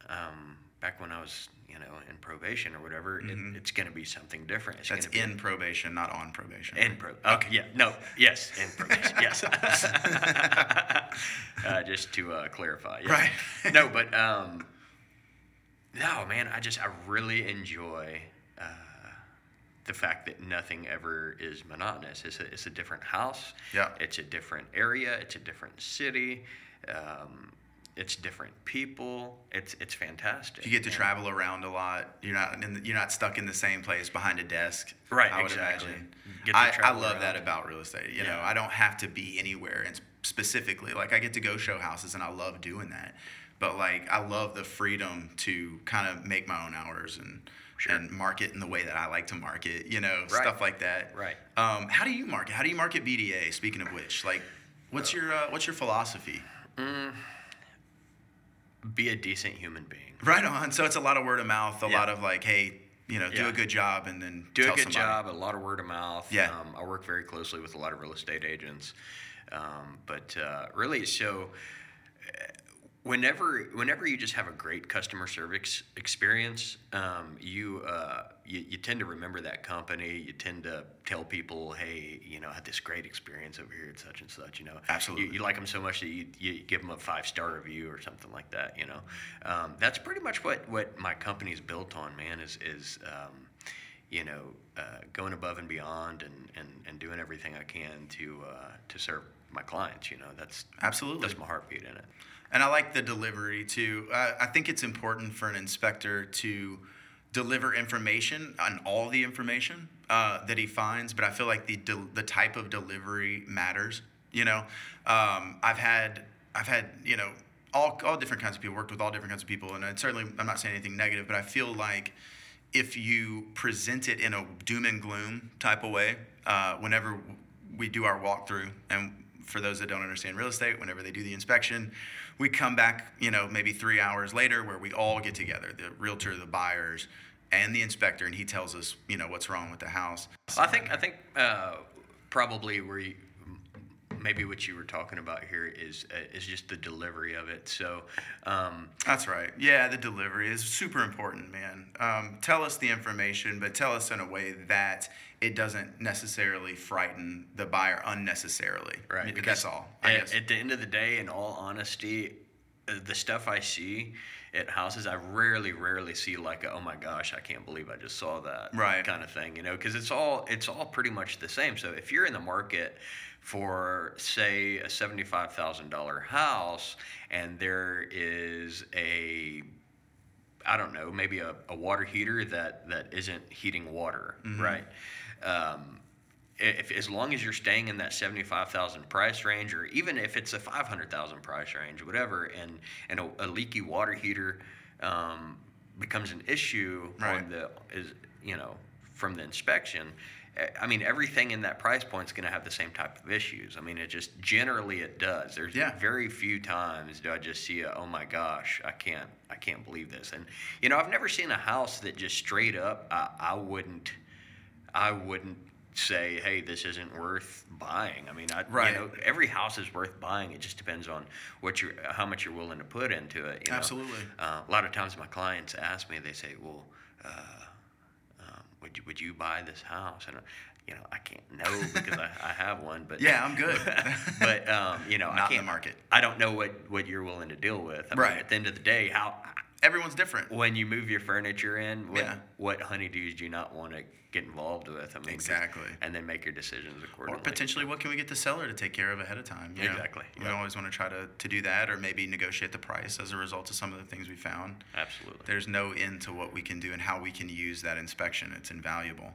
Speaker 3: um, back when I was, you know, in probation or whatever, it, it's gonna be something different. It's
Speaker 1: Mm-hmm. That's
Speaker 3: gonna be
Speaker 1: in probation, not on probation.
Speaker 3: In pro. Okay. Yeah. No. Yes. In probation. yes. uh, just to uh, clarify. yeah.
Speaker 1: Right.
Speaker 3: no, but um, no, man. I just I really enjoy uh, the fact that nothing ever is monotonous. It's a, it's a different house.
Speaker 1: Yeah.
Speaker 3: It's a different area. It's a different city. Um, it's different people. It's it's fantastic.
Speaker 1: you get to
Speaker 3: And-
Speaker 1: travel around a lot. You're not in the, you're not stuck in the same place behind a desk.
Speaker 3: Right,
Speaker 1: I would
Speaker 3: exactly.
Speaker 1: imagine.
Speaker 3: Get to
Speaker 1: I, I
Speaker 3: travel
Speaker 1: love that
Speaker 3: around.
Speaker 1: about real estate. You know,
Speaker 3: Yeah.
Speaker 1: I don't have to be anywhere and specifically like I get to go show houses and I love doing that. But like I love the freedom to kind of make my own hours and
Speaker 3: Sure.
Speaker 1: and market in the way that I like to market. You know,
Speaker 3: Right.
Speaker 1: stuff like that.
Speaker 3: Right.
Speaker 1: Um, how do you market? How do you market BDA? Speaking of which, like, what's your uh, what's your philosophy?
Speaker 3: Be a decent human being.
Speaker 1: Right on. So it's a lot of word of mouth, a
Speaker 3: Yeah.
Speaker 1: lot of like, hey, you know, do
Speaker 3: Yeah.
Speaker 1: a good job and then
Speaker 3: do
Speaker 1: tell
Speaker 3: a good
Speaker 1: somebody.
Speaker 3: job, a lot of word of mouth.
Speaker 1: Yeah.
Speaker 3: Um, I work very closely with a lot of real estate agents. Um, but uh, really, so uh, whenever whenever you just have a great customer service experience, um, you, uh, you you tend to remember that company. You tend to tell people, hey, you know, I had this great experience over here at such and such. You know,
Speaker 1: Absolutely.
Speaker 3: You, you like them so much that you, you give them a five star review or something like that. You know, um, that's pretty much what what my company is built on. Man, is is um, you know uh, going above and beyond and, and and doing everything I can to uh, to serve my clients. You know, that's
Speaker 1: Absolutely.
Speaker 3: that's my heartbeat in it.
Speaker 1: And I like the delivery too. Uh, I think it's important for an inspector to deliver information on all the information uh, that he finds, but I feel like the del- the type of delivery matters. You know, um, I've had I've had you know all all different kinds of people worked with all different kinds of people, and I certainly I'm not saying anything negative, but I feel like if you present it in a doom and gloom type of way, uh, whenever we do our walkthrough, and for those that don't understand real estate, whenever they do the inspection, we come back, you know, maybe three hours later where we all get together the realtor, the buyers, and the inspector, and he tells us, you know, what's wrong with the house.
Speaker 3: I think I think uh, probably where you, maybe what you were talking about here is uh, is just the delivery of it. So. Um,
Speaker 1: That's right. Yeah, the delivery is super important, man. Um, tell us the information, but tell us in a way that it doesn't necessarily frighten the buyer unnecessarily.
Speaker 3: Right.
Speaker 1: That's
Speaker 3: because
Speaker 1: all. I
Speaker 3: At,
Speaker 1: guess.
Speaker 3: at the end of the day, in all honesty, uh, the stuff I see at houses, I rarely, rarely see like, a, oh my gosh, I can't believe I just saw that,
Speaker 1: Right.
Speaker 3: Kind of thing, you know, because it's all it's all pretty much the same. So if you're in the market for say a seventy-five thousand dollar house, and there is a I don't know, maybe a, a water heater that, that isn't heating water, right? Um, if as long as you're staying in that 75,000 price range or even if it's a 500,000 price range whatever and and a, a leaky water heater um, becomes an issue
Speaker 1: Right.
Speaker 3: on the is you know from the inspection eh, I mean everything in that price point is going to have the same type of issues I mean it just generally it does there's
Speaker 1: Yeah.
Speaker 3: very few times do I just see a oh my gosh I can't I can't believe this and you know I've never seen a house that just straight up I, I wouldn't I wouldn't say, hey, this isn't worth buying. I mean, I,
Speaker 1: Right.
Speaker 3: you know, every house is worth buying. It just depends on what you, how much you're willing to put into it. you know.
Speaker 1: Absolutely.
Speaker 3: Uh, a lot of times, my clients ask me, they say, well, uh, um, would you would you buy this house? And I, you know, I can't know because I, I have one, but
Speaker 1: Yeah, I'm good.
Speaker 3: but um, you know, I
Speaker 1: Not in the
Speaker 3: can't,
Speaker 1: market.
Speaker 3: I don't know what what you're willing to deal with. I mean,
Speaker 1: Right.
Speaker 3: at the end of the day, how
Speaker 1: Everyone's different.
Speaker 3: when you move your furniture in, what,
Speaker 1: Yeah.
Speaker 3: what honeydews do you not want to get involved with? I mean,
Speaker 1: Exactly.
Speaker 3: And then make your decisions accordingly.
Speaker 1: Or potentially, what can we get the seller to take care of ahead of time? you know?
Speaker 3: Exactly,
Speaker 1: We
Speaker 3: yeah.
Speaker 1: always want to try to, to do that or maybe negotiate the price as a result of some of the things we found.
Speaker 3: Absolutely.
Speaker 1: There's no end to what we can do and how we can use that inspection. It's invaluable.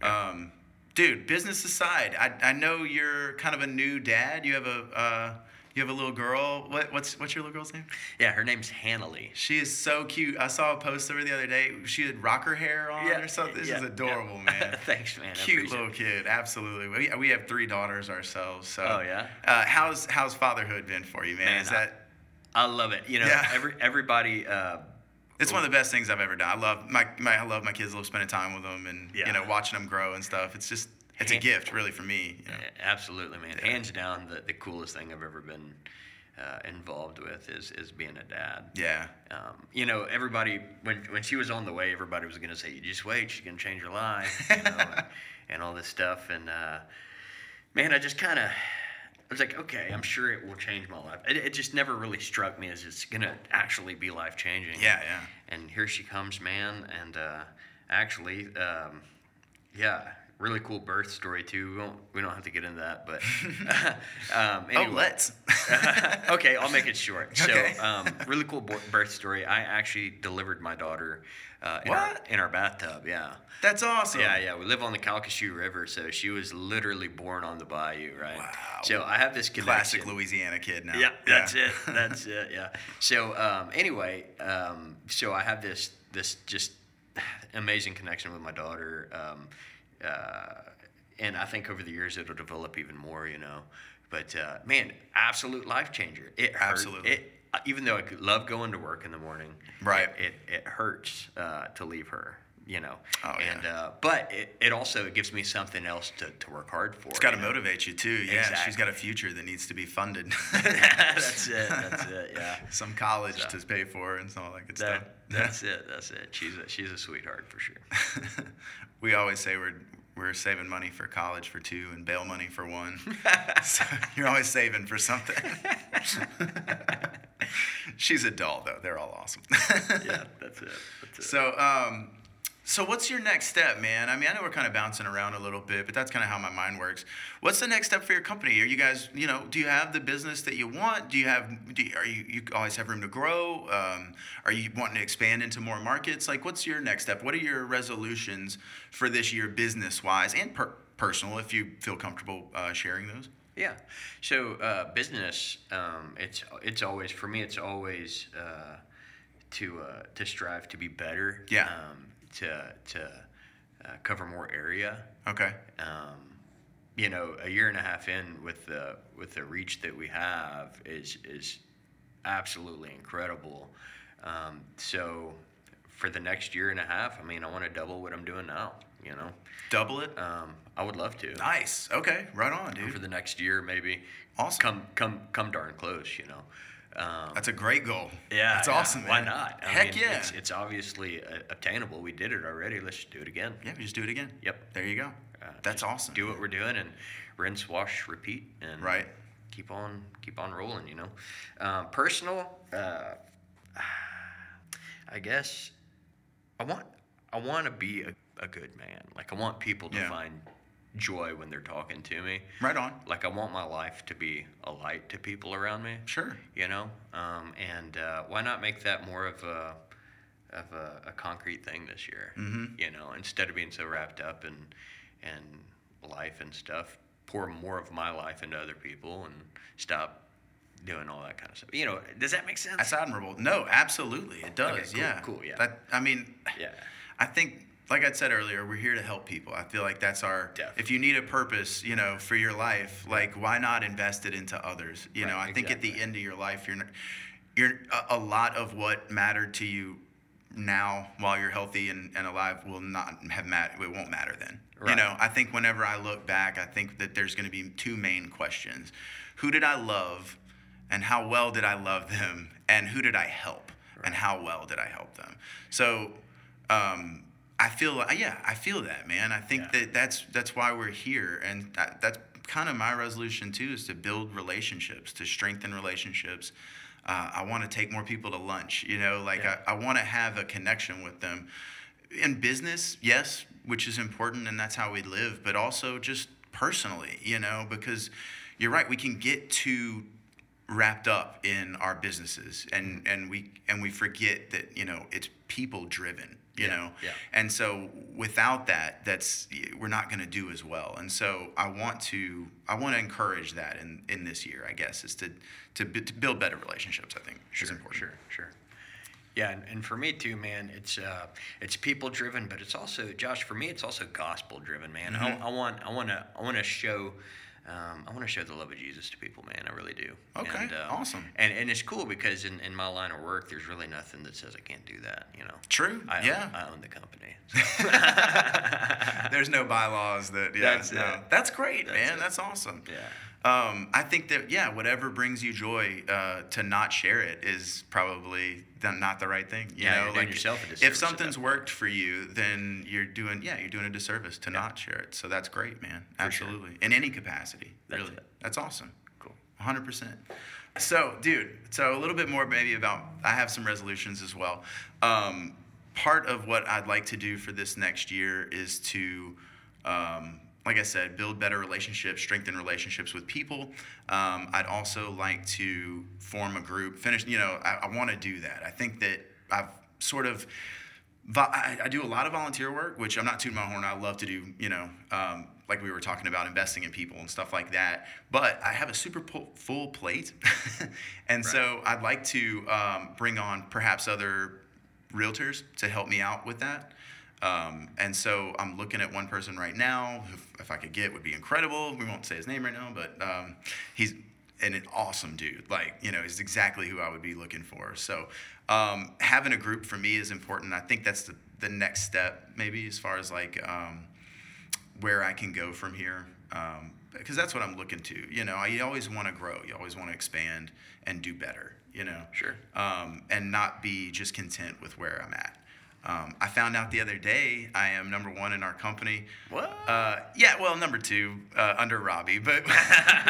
Speaker 1: Um, dude, business aside, I, I know you're kind of a new dad. You have a uh, you have a little girl. What, what's what's your little girl's name?
Speaker 3: yeah, her name's Hanley.
Speaker 1: She is so cute. I saw a post of her the other day. She had rocker hair on
Speaker 3: Yeah,
Speaker 1: or something. This
Speaker 3: yeah,
Speaker 1: is
Speaker 3: yeah.
Speaker 1: adorable, man.
Speaker 3: Thanks, man. I
Speaker 1: Cute
Speaker 3: appreciate
Speaker 1: little
Speaker 3: it.
Speaker 1: kid, absolutely. We, we have three daughters ourselves. So,
Speaker 3: Oh, yeah?
Speaker 1: Uh, how's how's fatherhood been for you, man?
Speaker 3: Man,
Speaker 1: is
Speaker 3: I-
Speaker 1: that
Speaker 3: I love it. You know,
Speaker 1: Yeah.
Speaker 3: every everybody. Uh,
Speaker 1: it's one of the best things I've ever done. I love my, my I love my kids. I love spending time with them and
Speaker 3: Yeah.
Speaker 1: you know watching them grow and stuff. It's just it's a
Speaker 3: Yeah.
Speaker 1: gift really for me. You know?
Speaker 3: a- Absolutely, man. Hands down, the, the coolest thing I've ever been uh, involved with is is being a dad.
Speaker 1: Yeah.
Speaker 3: um, you know, everybody when when she was on the way, everybody was gonna say, "You just wait, she's gonna change your life," you know, and, and all this stuff. And uh, man, I just kind of I was like, okay, I'm sure it will change my life. It, it just never really struck me as it's gonna actually be life changing.
Speaker 1: Yeah, yeah.
Speaker 3: And here she comes, man. And uh, actually, um, yeah, really cool birth story too. We won't we don't have to get into that, but um, anyway. Oh,
Speaker 1: Oh, let's.
Speaker 3: okay, I'll make it short. So,
Speaker 1: Okay.
Speaker 3: um, really cool bo- birth story. I actually delivered my daughter uh, in, our,
Speaker 1: What?
Speaker 3: in our bathtub. Yeah.
Speaker 1: That's awesome.
Speaker 3: Yeah, yeah. We live on the Calcasieu River, so she was literally born on the bayou, right?
Speaker 1: Wow.
Speaker 3: So I have this connection.
Speaker 1: Classic Louisiana kid now.
Speaker 3: Yeah, that's it. That's it. Yeah. So um, anyway, um, so I have this this just amazing connection with my daughter, um, uh, and I think over the years it'll develop even more. You know, but uh, man, absolute life changer. It hurt.
Speaker 1: Absolutely.
Speaker 3: It, uh, even though I could love going to work in the morning,
Speaker 1: Right.
Speaker 3: It it, it hurts uh, to leave her. You know,
Speaker 1: Oh, yeah.
Speaker 3: and uh, but it, it also gives me something else to, to work hard for.
Speaker 1: It's got to
Speaker 3: you know?
Speaker 1: motivate you too. Yeah, she's
Speaker 3: Exactly.
Speaker 1: got a future that needs to be funded.
Speaker 3: that's it. That's it. Yeah.
Speaker 1: Some college
Speaker 3: So.
Speaker 1: to pay for and all that good stuff.
Speaker 3: That, that's it. That's it. She's a, she's a sweetheart for sure.
Speaker 1: we always say we're we're saving money for college for two and bail money for one. so you're always saving for something. She's a doll though. They're all awesome.
Speaker 3: Yeah, that's it. That's it.
Speaker 1: So um so what's your next step, man? I mean, I know we're kind of bouncing around a little bit, but that's kind of how my mind works. What's the next step for your company? Are you guys, you know, do you have the business that you want? Do you have do you, are you you always have room to grow? Um, are you wanting to expand into more markets? Like what's your next step? What are your resolutions for this year business-wise and per- personal if you feel comfortable uh, sharing those?
Speaker 3: yeah. So uh, business, um, it's it's always for me. It's always uh, to uh, to strive to be better.
Speaker 1: Yeah.
Speaker 3: Um, to to uh, cover more area.
Speaker 1: Okay.
Speaker 3: um, you know, a year and a half in with the with the reach that we have is is absolutely incredible. Um, so for the next year and a half, I mean, I want to double what I'm doing now. You know,
Speaker 1: Double it.
Speaker 3: um, I would love to
Speaker 1: nice. Okay. Right on,
Speaker 3: for
Speaker 1: dude.
Speaker 3: the next year, maybe.
Speaker 1: Awesome.
Speaker 3: Come come come darn close. You know. Um,
Speaker 1: That's a great goal.
Speaker 3: yeah,
Speaker 1: That's
Speaker 3: yeah,
Speaker 1: awesome.
Speaker 3: Why
Speaker 1: man.
Speaker 3: not? I
Speaker 1: Heck
Speaker 3: mean,
Speaker 1: yeah.
Speaker 3: It's, it's obviously uh, obtainable. We did it already. Let's just do it again.
Speaker 1: Yeah, we just do it again.
Speaker 3: Yep.
Speaker 1: There you go.
Speaker 3: Uh,
Speaker 1: That's
Speaker 3: just
Speaker 1: awesome.
Speaker 3: Do what we're doing and rinse, wash, repeat, and
Speaker 1: Right.
Speaker 3: Keep on, keep on rolling. You know, um, personal. Uh, I guess I want, I want to be a, a good man. Like I want people to
Speaker 1: Yeah.
Speaker 3: find joy when they're talking to me.
Speaker 1: Right on.
Speaker 3: Like I want my life to be a light to people around me
Speaker 1: Sure.
Speaker 3: you know um, and uh, why not make that more of a of a, a concrete thing this year you know instead of being so wrapped up in and life and stuff, pour more of my life into other people and stop doing all that kind of stuff. You know, does that make sense?
Speaker 1: That's admirable. No, absolutely, it does.
Speaker 3: cool,
Speaker 1: yeah.
Speaker 3: cool, yeah.
Speaker 1: That, I mean,
Speaker 3: Yeah.
Speaker 1: I think, like I said earlier, we're here to help people. I feel like that's our.
Speaker 3: Definitely.
Speaker 1: If you need a purpose, you know, for your life, like why not invest it into others? You know,
Speaker 3: Right,
Speaker 1: I think at
Speaker 3: exactly.
Speaker 1: the end of your life, you're, n- you're a, a lot of what mattered to you now while you're healthy and, and alive will not have mat it won't matter then you
Speaker 3: Right.
Speaker 1: know i think whenever i look back i think that there's going to be two main questions who did i love and how well did i love them and who did i help and how well did i help them so um, i feel like yeah i feel that man i think
Speaker 3: Yeah.
Speaker 1: that that's that's why we're here and that, that's kind of my resolution too is to build relationships to strengthen relationships uh, I want to take more people to lunch. You know, like
Speaker 3: Yeah.
Speaker 1: I, I want to have a connection with them. In business, yes, which is important, and that's how we live, but also just personally, you know, because you're right, we can get too wrapped up in our businesses and and we and we forget that you know it's people driven you
Speaker 3: Yeah,
Speaker 1: know
Speaker 3: yeah.
Speaker 1: and so without that that's we're not going to do as well and so i want to i want to encourage that in in this year i guess is to to, b- to build better relationships i think is important
Speaker 3: Sure, sure. Yeah, and, and for me too, man, it's uh, it's people driven, but it's also Josh. For me, it's also gospel driven, man.
Speaker 1: Mm-hmm.
Speaker 3: I, I want, I want to, I want to show, um, I want to show the love of Jesus to people, man. I really do.
Speaker 1: Okay,
Speaker 3: and, um,
Speaker 1: awesome.
Speaker 3: And and it's cool because in, in my line of work, there's really nothing that says I can't do that. You know.
Speaker 1: true
Speaker 3: I
Speaker 1: yeah
Speaker 3: Own, I own the company. so.
Speaker 1: there's no bylaws that yeah
Speaker 3: That's
Speaker 1: that's,
Speaker 3: it.
Speaker 1: no. that's great
Speaker 3: That's
Speaker 1: man
Speaker 3: it.
Speaker 1: that's awesome
Speaker 3: yeah.
Speaker 1: Um, I think that yeah, whatever brings you joy, uh, to not share it is probably the, not the right thing. You
Speaker 3: Yeah,
Speaker 1: know,
Speaker 3: you're doing
Speaker 1: like
Speaker 3: yourself a disservice
Speaker 1: if
Speaker 3: at
Speaker 1: something's
Speaker 3: that point.
Speaker 1: worked for you, then you're doing yeah, you're doing a disservice to not share it. So that's great, man.
Speaker 3: sure.
Speaker 1: Absolutely, in any capacity,
Speaker 3: That's
Speaker 1: really,
Speaker 3: it.
Speaker 1: that's awesome.
Speaker 3: Cool.
Speaker 1: 100%. So, dude, so a little bit more maybe about I have some resolutions as well. Um, part of what I'd like to do for this next year is to, um, like I said, build better relationships, strengthen relationships with people. Um, I'd also like to form a group, finish, you know, I, I want to do that. I think that I've sort of vo- I, I do a lot of volunteer work, which I'm not tooting my horn. I love to do, you know, um, like we were talking about investing in people and stuff like that. But I have a super pu- full plate, and so I'd like to um, bring on perhaps other realtors to help me out with that. Um, and so I'm looking at one person right now. who If, if I could get, would be incredible. We won't say his name right now, but um, he's and an awesome dude. Like, you know, he's exactly who I would be looking for. So, um, having a group for me is important. I think that's the, the next step, maybe, as far as like um, where I can go from here. Um, because that's what I'm looking to. You know, you always want to grow, you always want to expand and do better, you know?
Speaker 3: Sure.
Speaker 1: um, and not be just content with where I'm at. Um, I found out the other day I am number one in our company.
Speaker 3: What?
Speaker 1: Uh, yeah, well, number two uh, under Robbie, but we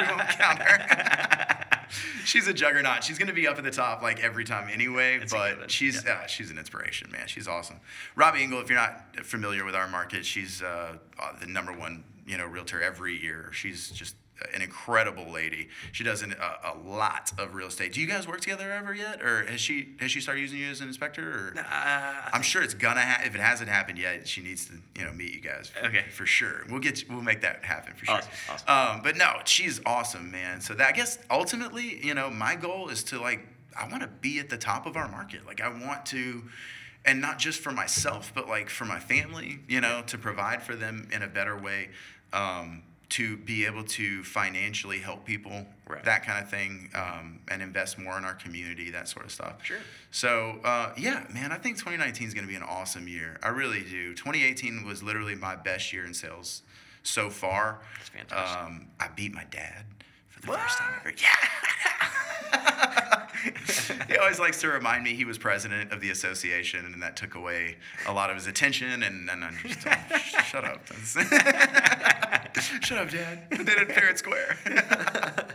Speaker 1: won't count her. she's a juggernaut. She's going to be up at the top like every time anyway.
Speaker 3: It's a given,
Speaker 1: but she's uh, she's an inspiration, man. She's awesome. Robbie Engel, if you're not familiar with our market, she's uh, uh, the number one you know realtor every year. She's just an incredible lady. She does an, a, a lot of real estate. Do you guys work together ever yet, or has she has she started using you as an inspector? Or?
Speaker 3: Uh,
Speaker 1: I'm sure it's gonna happen. If it hasn't happened yet, she needs to, you know, meet you guys. For,
Speaker 3: Okay.
Speaker 1: for sure. We'll get, we'll make that happen for sure.
Speaker 3: Awesome, awesome.
Speaker 1: Um, but no, she's awesome, man. So that I guess ultimately, you know, my goal is to like, I want to be at the top of our market. Like, I want to, and not just for myself, but like for my family. You know, to provide for them in a better way. Um, to be able to financially help people,
Speaker 3: Right.
Speaker 1: that kind of thing, um, and invest more in our community, that sort of stuff.
Speaker 3: Sure.
Speaker 1: So uh, yeah, man, I think 2019 is going to be an awesome year. I really do. 2018 was literally my best year in sales so far.
Speaker 3: That's fantastic.
Speaker 1: Um, I beat my dad for the
Speaker 3: What?
Speaker 1: first time ever. Yeah. he always likes to remind me he was president of the association, and that took away a lot of his attention. And, and I'm just oh, sh- shut up. shut up, Dad. I did it fair and square.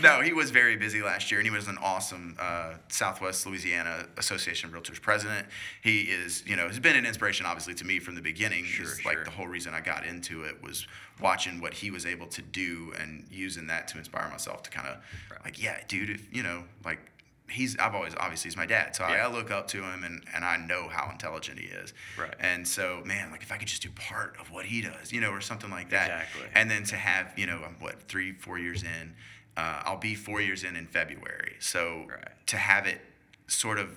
Speaker 1: No, he was very busy last year, and he was an awesome uh, Southwest Louisiana Association of Realtors president. He is, you know, he's been an inspiration, obviously, to me from the beginning.
Speaker 3: Sure,
Speaker 1: He's
Speaker 3: sure.
Speaker 1: Like the whole reason I got into it was watching what he was able to do and using that to inspire myself to kind of,
Speaker 3: Right.
Speaker 1: like, yeah, dude, if you know, like, he's I've always obviously he's my dad, so I-
Speaker 3: Yeah.
Speaker 1: I, look up to him and, and I know how intelligent he is.
Speaker 3: Right.
Speaker 1: And so man, like if I could just do part of what he does, you know, or something like that.
Speaker 3: Exactly.
Speaker 1: And then to have you know I'm what three four years in, uh, I'll be four years in in February. So
Speaker 3: Right.
Speaker 1: to have it sort of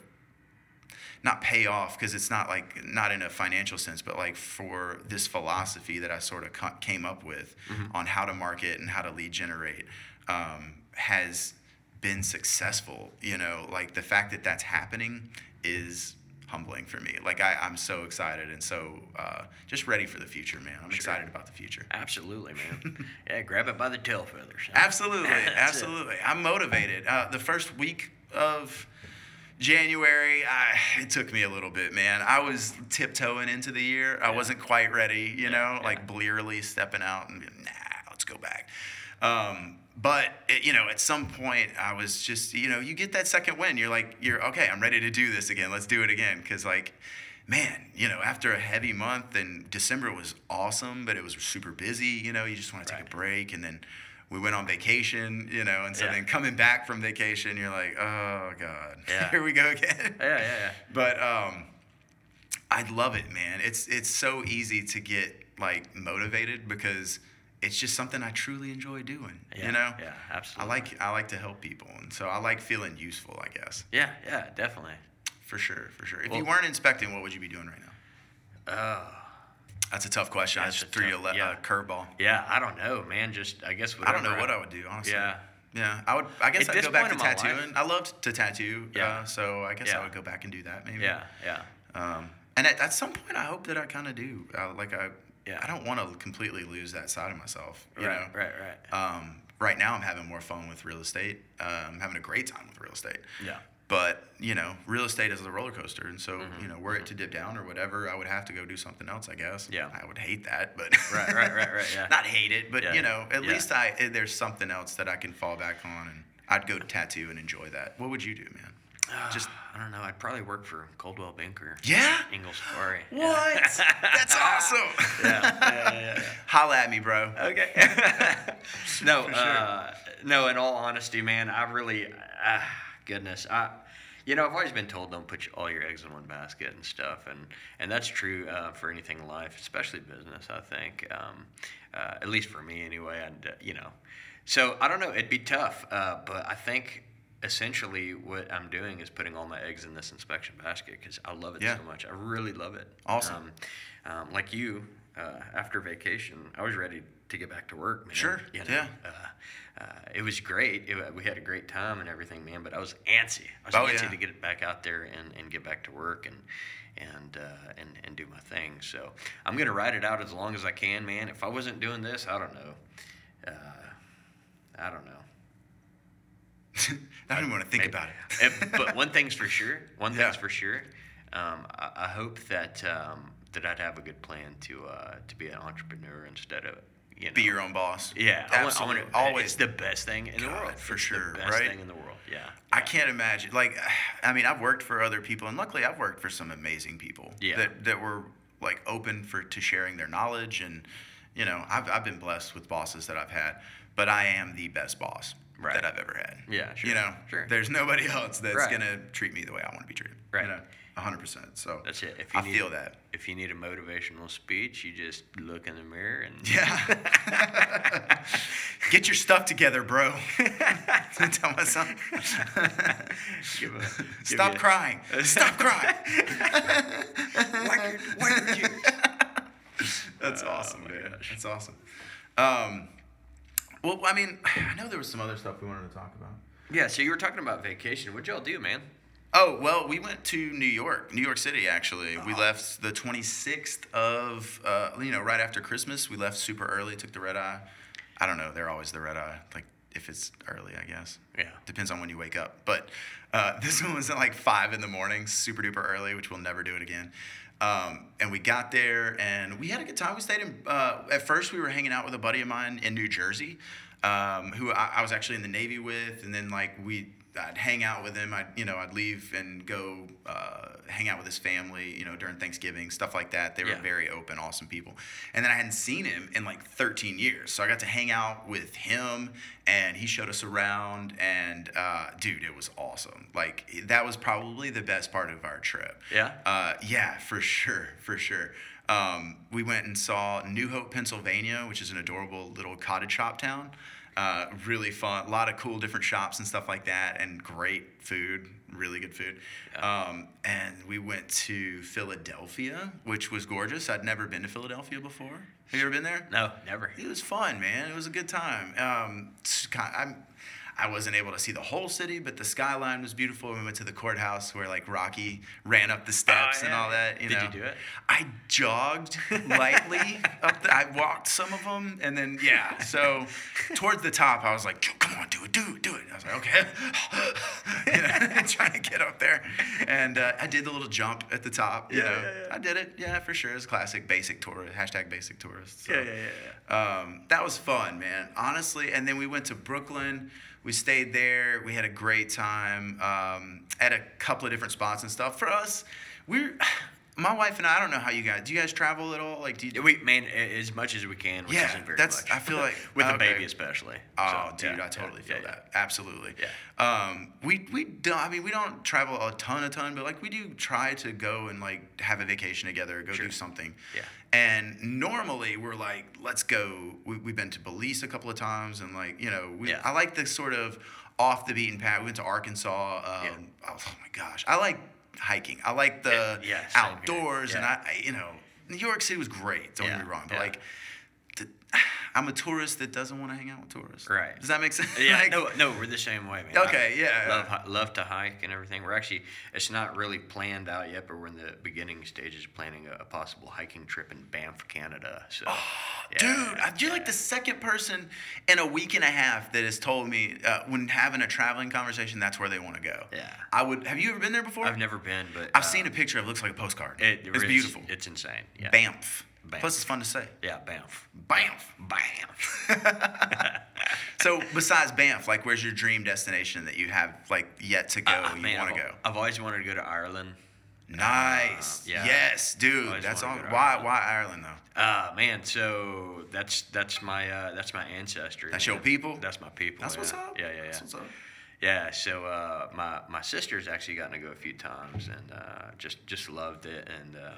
Speaker 1: not pay off because it's not like not in a financial sense, but like for this philosophy that I sort of co- came up with
Speaker 3: Mm-hmm.
Speaker 1: on how to market and how to lead generate um, has been successful. You know, like the fact that that's happening is humbling for me. Like I, I'm so excited and so uh, just ready for the future, man. I'm excited about the future.
Speaker 3: Absolutely, man. yeah, grab it by the tail feathers.
Speaker 1: Absolutely,
Speaker 3: That's it.
Speaker 1: absolutely. I'm motivated. Uh, the first week of January, I, it took me a little bit, man. I was tiptoeing into the year. I wasn't quite ready, you know, like blearily stepping out and being, nah, let's go back. Um, but it, you know, at some point, I was just, you know, you get that second win. You're like, you're okay. I'm ready to do this again. Let's do it again, because like man, you know, after a heavy month and December was awesome, but it was super busy, you know, you just want to take
Speaker 3: Right.
Speaker 1: a break and then we went on vacation, you know, and so
Speaker 3: Yeah.
Speaker 1: then coming back from vacation, you're like, oh God,
Speaker 3: Yeah.
Speaker 1: here we go again.
Speaker 3: Yeah, yeah, yeah.
Speaker 1: But um I love it, man. It's it's so easy to get like motivated because it's just something I truly enjoy doing.
Speaker 3: Yeah,
Speaker 1: you know?
Speaker 3: yeah,
Speaker 1: I
Speaker 3: absolutely.
Speaker 1: like I like to help people and so I like feeling useful, I guess.
Speaker 3: Yeah, yeah, definitely.
Speaker 1: For sure, for sure. If you
Speaker 3: Well-
Speaker 1: weren't inspecting, what would you be doing right now?
Speaker 3: Oh,
Speaker 1: That's a tough question.
Speaker 3: That's
Speaker 1: I just
Speaker 3: a
Speaker 1: threw you a
Speaker 3: tough-
Speaker 1: le-
Speaker 3: yeah.
Speaker 1: a curveball.
Speaker 3: yeah. I don't know, man. Just I guess
Speaker 1: I
Speaker 3: whatever.
Speaker 1: don't know what I would do, honestly.
Speaker 3: Yeah.
Speaker 1: Yeah. I would. I guess
Speaker 3: At
Speaker 1: I'd
Speaker 3: this
Speaker 1: go back to
Speaker 3: point in my life-
Speaker 1: tattooing. I loved to tattoo.
Speaker 3: Yeah.
Speaker 1: Uh, so I guess
Speaker 3: Yeah.
Speaker 1: I would go back and do that maybe.
Speaker 3: Yeah, yeah.
Speaker 1: Um, and at, at some point, I hope that I kind of do. Uh, like I.
Speaker 3: Yeah.
Speaker 1: I don't want to completely lose that side of myself. You
Speaker 3: Right,
Speaker 1: know.
Speaker 3: right, right.
Speaker 1: Um, right now, I'm having more fun with real estate. Uh, I'm having a great time with real estate.
Speaker 3: Yeah.
Speaker 1: But you know, real estate is a roller coaster, and so
Speaker 3: Mm-hmm,
Speaker 1: you know, were it to dip down or whatever, I would have to go do something else, I guess.
Speaker 3: Yeah.
Speaker 1: I would hate that, but
Speaker 3: Right, right, right, right, yeah.
Speaker 1: not hate it, but
Speaker 3: Yeah,
Speaker 1: you know, at
Speaker 3: yeah.
Speaker 1: least I eh, there's something else that I can fall back on, and I'd go to tattoo and enjoy that. What would you do, man?
Speaker 3: Just
Speaker 1: Just
Speaker 3: I don't know. I'd probably work for Coldwell Banker.
Speaker 1: yeah.
Speaker 3: Ingles Quarry. Yeah.
Speaker 1: What? That's awesome.
Speaker 3: yeah, yeah, yeah, yeah.
Speaker 1: Holla at me, bro.
Speaker 3: Okay. no, uh, no. In all honesty, man, I really, ah, goodness, I, you know, I've always been told don't put all your eggs in one basket and stuff, and and that's true uh, for anything in life, especially business. I think, um, uh, at least for me, anyway. And uh, you know, so I don't know. It'd be tough, uh, but I think. Essentially, what I'm doing is putting all my eggs in this inspection basket because I love it
Speaker 1: Yeah.
Speaker 3: so much. I really love it.
Speaker 1: Awesome.
Speaker 3: Um, um, like you, uh, after vacation, I was ready to get back to work, man.
Speaker 1: Sure,
Speaker 3: You know,
Speaker 1: yeah.
Speaker 3: Uh, uh, it was great. It, wa- we had a great time and everything, man. But I was antsy. I was
Speaker 1: Oh,
Speaker 3: antsy
Speaker 1: yeah.
Speaker 3: to get back out there and, and get back to work and and uh, and and do my thing. So I'm gonna ride it out as long as I can, man. If I wasn't doing this, I don't know. Uh, I don't know.
Speaker 1: I don't even want to think
Speaker 3: Maybe.
Speaker 1: about it.
Speaker 3: Eh, but one thing's for sure. One
Speaker 1: Yeah.
Speaker 3: thing's for sure. Um, I, I hope that um, that I'd have a good plan to uh, to be an entrepreneur instead of you know.
Speaker 1: Be your own boss.
Speaker 3: yeah, I want, I
Speaker 1: absolutely.
Speaker 3: want to,
Speaker 1: Always
Speaker 3: It's the best thing in the
Speaker 1: God,
Speaker 3: world
Speaker 1: for
Speaker 3: It's
Speaker 1: sure,
Speaker 3: The best
Speaker 1: right?
Speaker 3: thing in the world. Yeah.
Speaker 1: I can't imagine. Like, I mean, I've worked for other people, and luckily, I've worked for some amazing people
Speaker 3: Yeah.
Speaker 1: that that were like open for to sharing their knowledge, and you know, I've I've been blessed with bosses that I've had, but I am the best boss
Speaker 3: Right.
Speaker 1: that I've ever had.
Speaker 3: Yeah, sure,
Speaker 1: You know,
Speaker 3: sure.
Speaker 1: there's nobody else that's
Speaker 3: Right.
Speaker 1: gonna treat me the way I want to be treated.
Speaker 3: Right.
Speaker 1: You know, 100. percent So
Speaker 3: That's it. If you
Speaker 1: I
Speaker 3: need-
Speaker 1: feel that.
Speaker 3: If you need a motivational speech, you just look in the mirror and
Speaker 1: Yeah. Get your stuff together, bro. Tell my son.
Speaker 3: give a, give
Speaker 1: Stop
Speaker 3: you-
Speaker 1: crying. Stop crying.
Speaker 3: Wipe your- wipe your tears.
Speaker 1: That's
Speaker 3: Oh
Speaker 1: awesome,
Speaker 3: my
Speaker 1: man.
Speaker 3: gosh.
Speaker 1: That's awesome. Um, well, I mean, I know there was some other stuff we wanted to talk about.
Speaker 3: yeah. So you were talking about vacation. What'd y'all do, man?
Speaker 1: Oh well, we went to New York, New York City. Actually, we left the 26th of, uh, you know, right after Christmas. We left super early. Took the red eye. I don't know. They're always the red eye. Like if it's early, I guess.
Speaker 3: Yeah.
Speaker 1: Depends on when you wake up. But uh, this one was at like five in the morning, super duper early, which we'll never do it again. Um, and we got there and we had a good time. We stayed in, uh, at first, we were hanging out with a buddy of mine in New Jersey. um, who I, I was actually in the Navy with, and then like we, I'd hang out with him. I'd you know I'd leave and go uh, hang out with his family, you know, during Thanksgiving, stuff like that. They were
Speaker 3: Yeah.
Speaker 1: very open, awesome people. And then I hadn't seen him in like 13 years, so I got to hang out with him, and he showed us around. And uh, dude, it was awesome. Like that was probably the best part of our trip.
Speaker 3: Yeah?
Speaker 1: Uh, yeah, for sure, for sure. Um, we went and saw New Hope, Pennsylvania, which is an adorable little cottage shop town. Uh, really fun, a lot of cool different shops and stuff like that, and great food, really good food. Um, and we went to Philadelphia, which was gorgeous. I'd never been to Philadelphia before. Have you ever been there?
Speaker 3: No, never.
Speaker 1: It was fun, man. It was a good time. Um, s- ki- I'm, I wasn't able to see the whole city, but the skyline was beautiful. We went to the courthouse where like Rocky ran up the steps and
Speaker 3: Oh, yeah.
Speaker 1: all that. You
Speaker 3: Did
Speaker 1: know?
Speaker 3: you do it?
Speaker 1: I jogged lightly up. The, I walked some of them, and then yeah. So towards the top, I was like, "Come on, do it, do it, do it." I was like, "Okay," you know, trying to get up there, and uh, I did the little jump at the top. You
Speaker 3: Yeah,
Speaker 1: know,
Speaker 3: yeah, yeah.
Speaker 1: I did it. Yeah, for sure. It's classic basic tourist hashtag basic tourist. So.
Speaker 3: Yeah, yeah, yeah, yeah.
Speaker 1: Um, that was fun, man. Honestly, and then we went to Brooklyn. We stayed there. We had a great time um, at a couple of different spots and stuff. For us, we're my wife and I. I don't know how you guys. Do you guys travel at all? Like, do you?
Speaker 3: We man, a- as much as we can, which
Speaker 1: Yeah,
Speaker 3: isn't very
Speaker 1: that's-
Speaker 3: much.
Speaker 1: I feel like-
Speaker 3: with the
Speaker 1: okay.
Speaker 3: baby especially.
Speaker 1: Oh,
Speaker 3: So,
Speaker 1: dude,
Speaker 3: yeah,
Speaker 1: I totally
Speaker 3: yeah,
Speaker 1: feel
Speaker 3: yeah, yeah.
Speaker 1: that. Absolutely.
Speaker 3: Yeah.
Speaker 1: Um, we we don't. I mean, we don't travel a ton, a ton, but like we do try to go and like have a vacation together, go do something.
Speaker 3: Yeah.
Speaker 1: And normally we're like, let's go. We, we've been to Belize a couple of times, and like you know, we,
Speaker 3: Yeah.
Speaker 1: I like the sort of off the beaten path. We went to Arkansas. Um, Oh my gosh, I like hiking. I like the
Speaker 3: Yeah, yeah, same here.
Speaker 1: outdoors, and
Speaker 3: Yeah.
Speaker 1: I, I you know, New York City was great. Don't get
Speaker 3: Yeah,
Speaker 1: me wrong, but
Speaker 3: yeah.
Speaker 1: like. th- I'm a tourist that doesn't want to hang out with tourists.
Speaker 3: Right.
Speaker 1: Does that make sense?
Speaker 3: Yeah,
Speaker 1: Like-
Speaker 3: no, no, we're the same way, man.
Speaker 1: Okay,
Speaker 3: I
Speaker 1: yeah,
Speaker 3: Love, hi- love to hike and everything. We're actually, it's not really planned out yet, but we're in the beginning stages of planning a, a possible hiking trip in Banff, Canada. So, yeah,
Speaker 1: Ah, Dude, I- you're like the second person in a week and a half that has told me uh, when having a traveling conversation, that's where they want to go.
Speaker 3: Yeah.
Speaker 1: I would. Have you ever been there before?
Speaker 3: I've never been, uh, but
Speaker 1: I've seen a picture. It looks like a postcard. it's beautiful.
Speaker 3: It's insane. Yeah.
Speaker 1: Banff.
Speaker 3: Banff.
Speaker 1: Plus, it's fun to say.
Speaker 3: Yeah, Banff.
Speaker 1: Banff.
Speaker 3: Banff.
Speaker 1: So, besides Banff, like, where's your dream destination that you have like yet to go?
Speaker 3: Uh,
Speaker 1: you
Speaker 3: man,
Speaker 1: want to
Speaker 3: I've-
Speaker 1: go?
Speaker 3: I've always wanted to go to Ireland.
Speaker 1: Nice.
Speaker 3: Uh, yeah.
Speaker 1: Yes, dude.
Speaker 3: Always
Speaker 1: That's all.
Speaker 3: wanted to go to
Speaker 1: Why?
Speaker 3: Ireland.
Speaker 1: Why Ireland though?
Speaker 3: Ah man, so that's that's my uh, that's my ancestry.
Speaker 1: That's
Speaker 3: man.
Speaker 1: your people?
Speaker 3: That's my people.
Speaker 1: That's
Speaker 3: Oh, yeah.
Speaker 1: what's up.
Speaker 3: Yeah, yeah, yeah.
Speaker 1: That's what's up.
Speaker 3: Yeah, so uh, my my sister's actually gotten to go a few times and uh, just just loved it. And uh,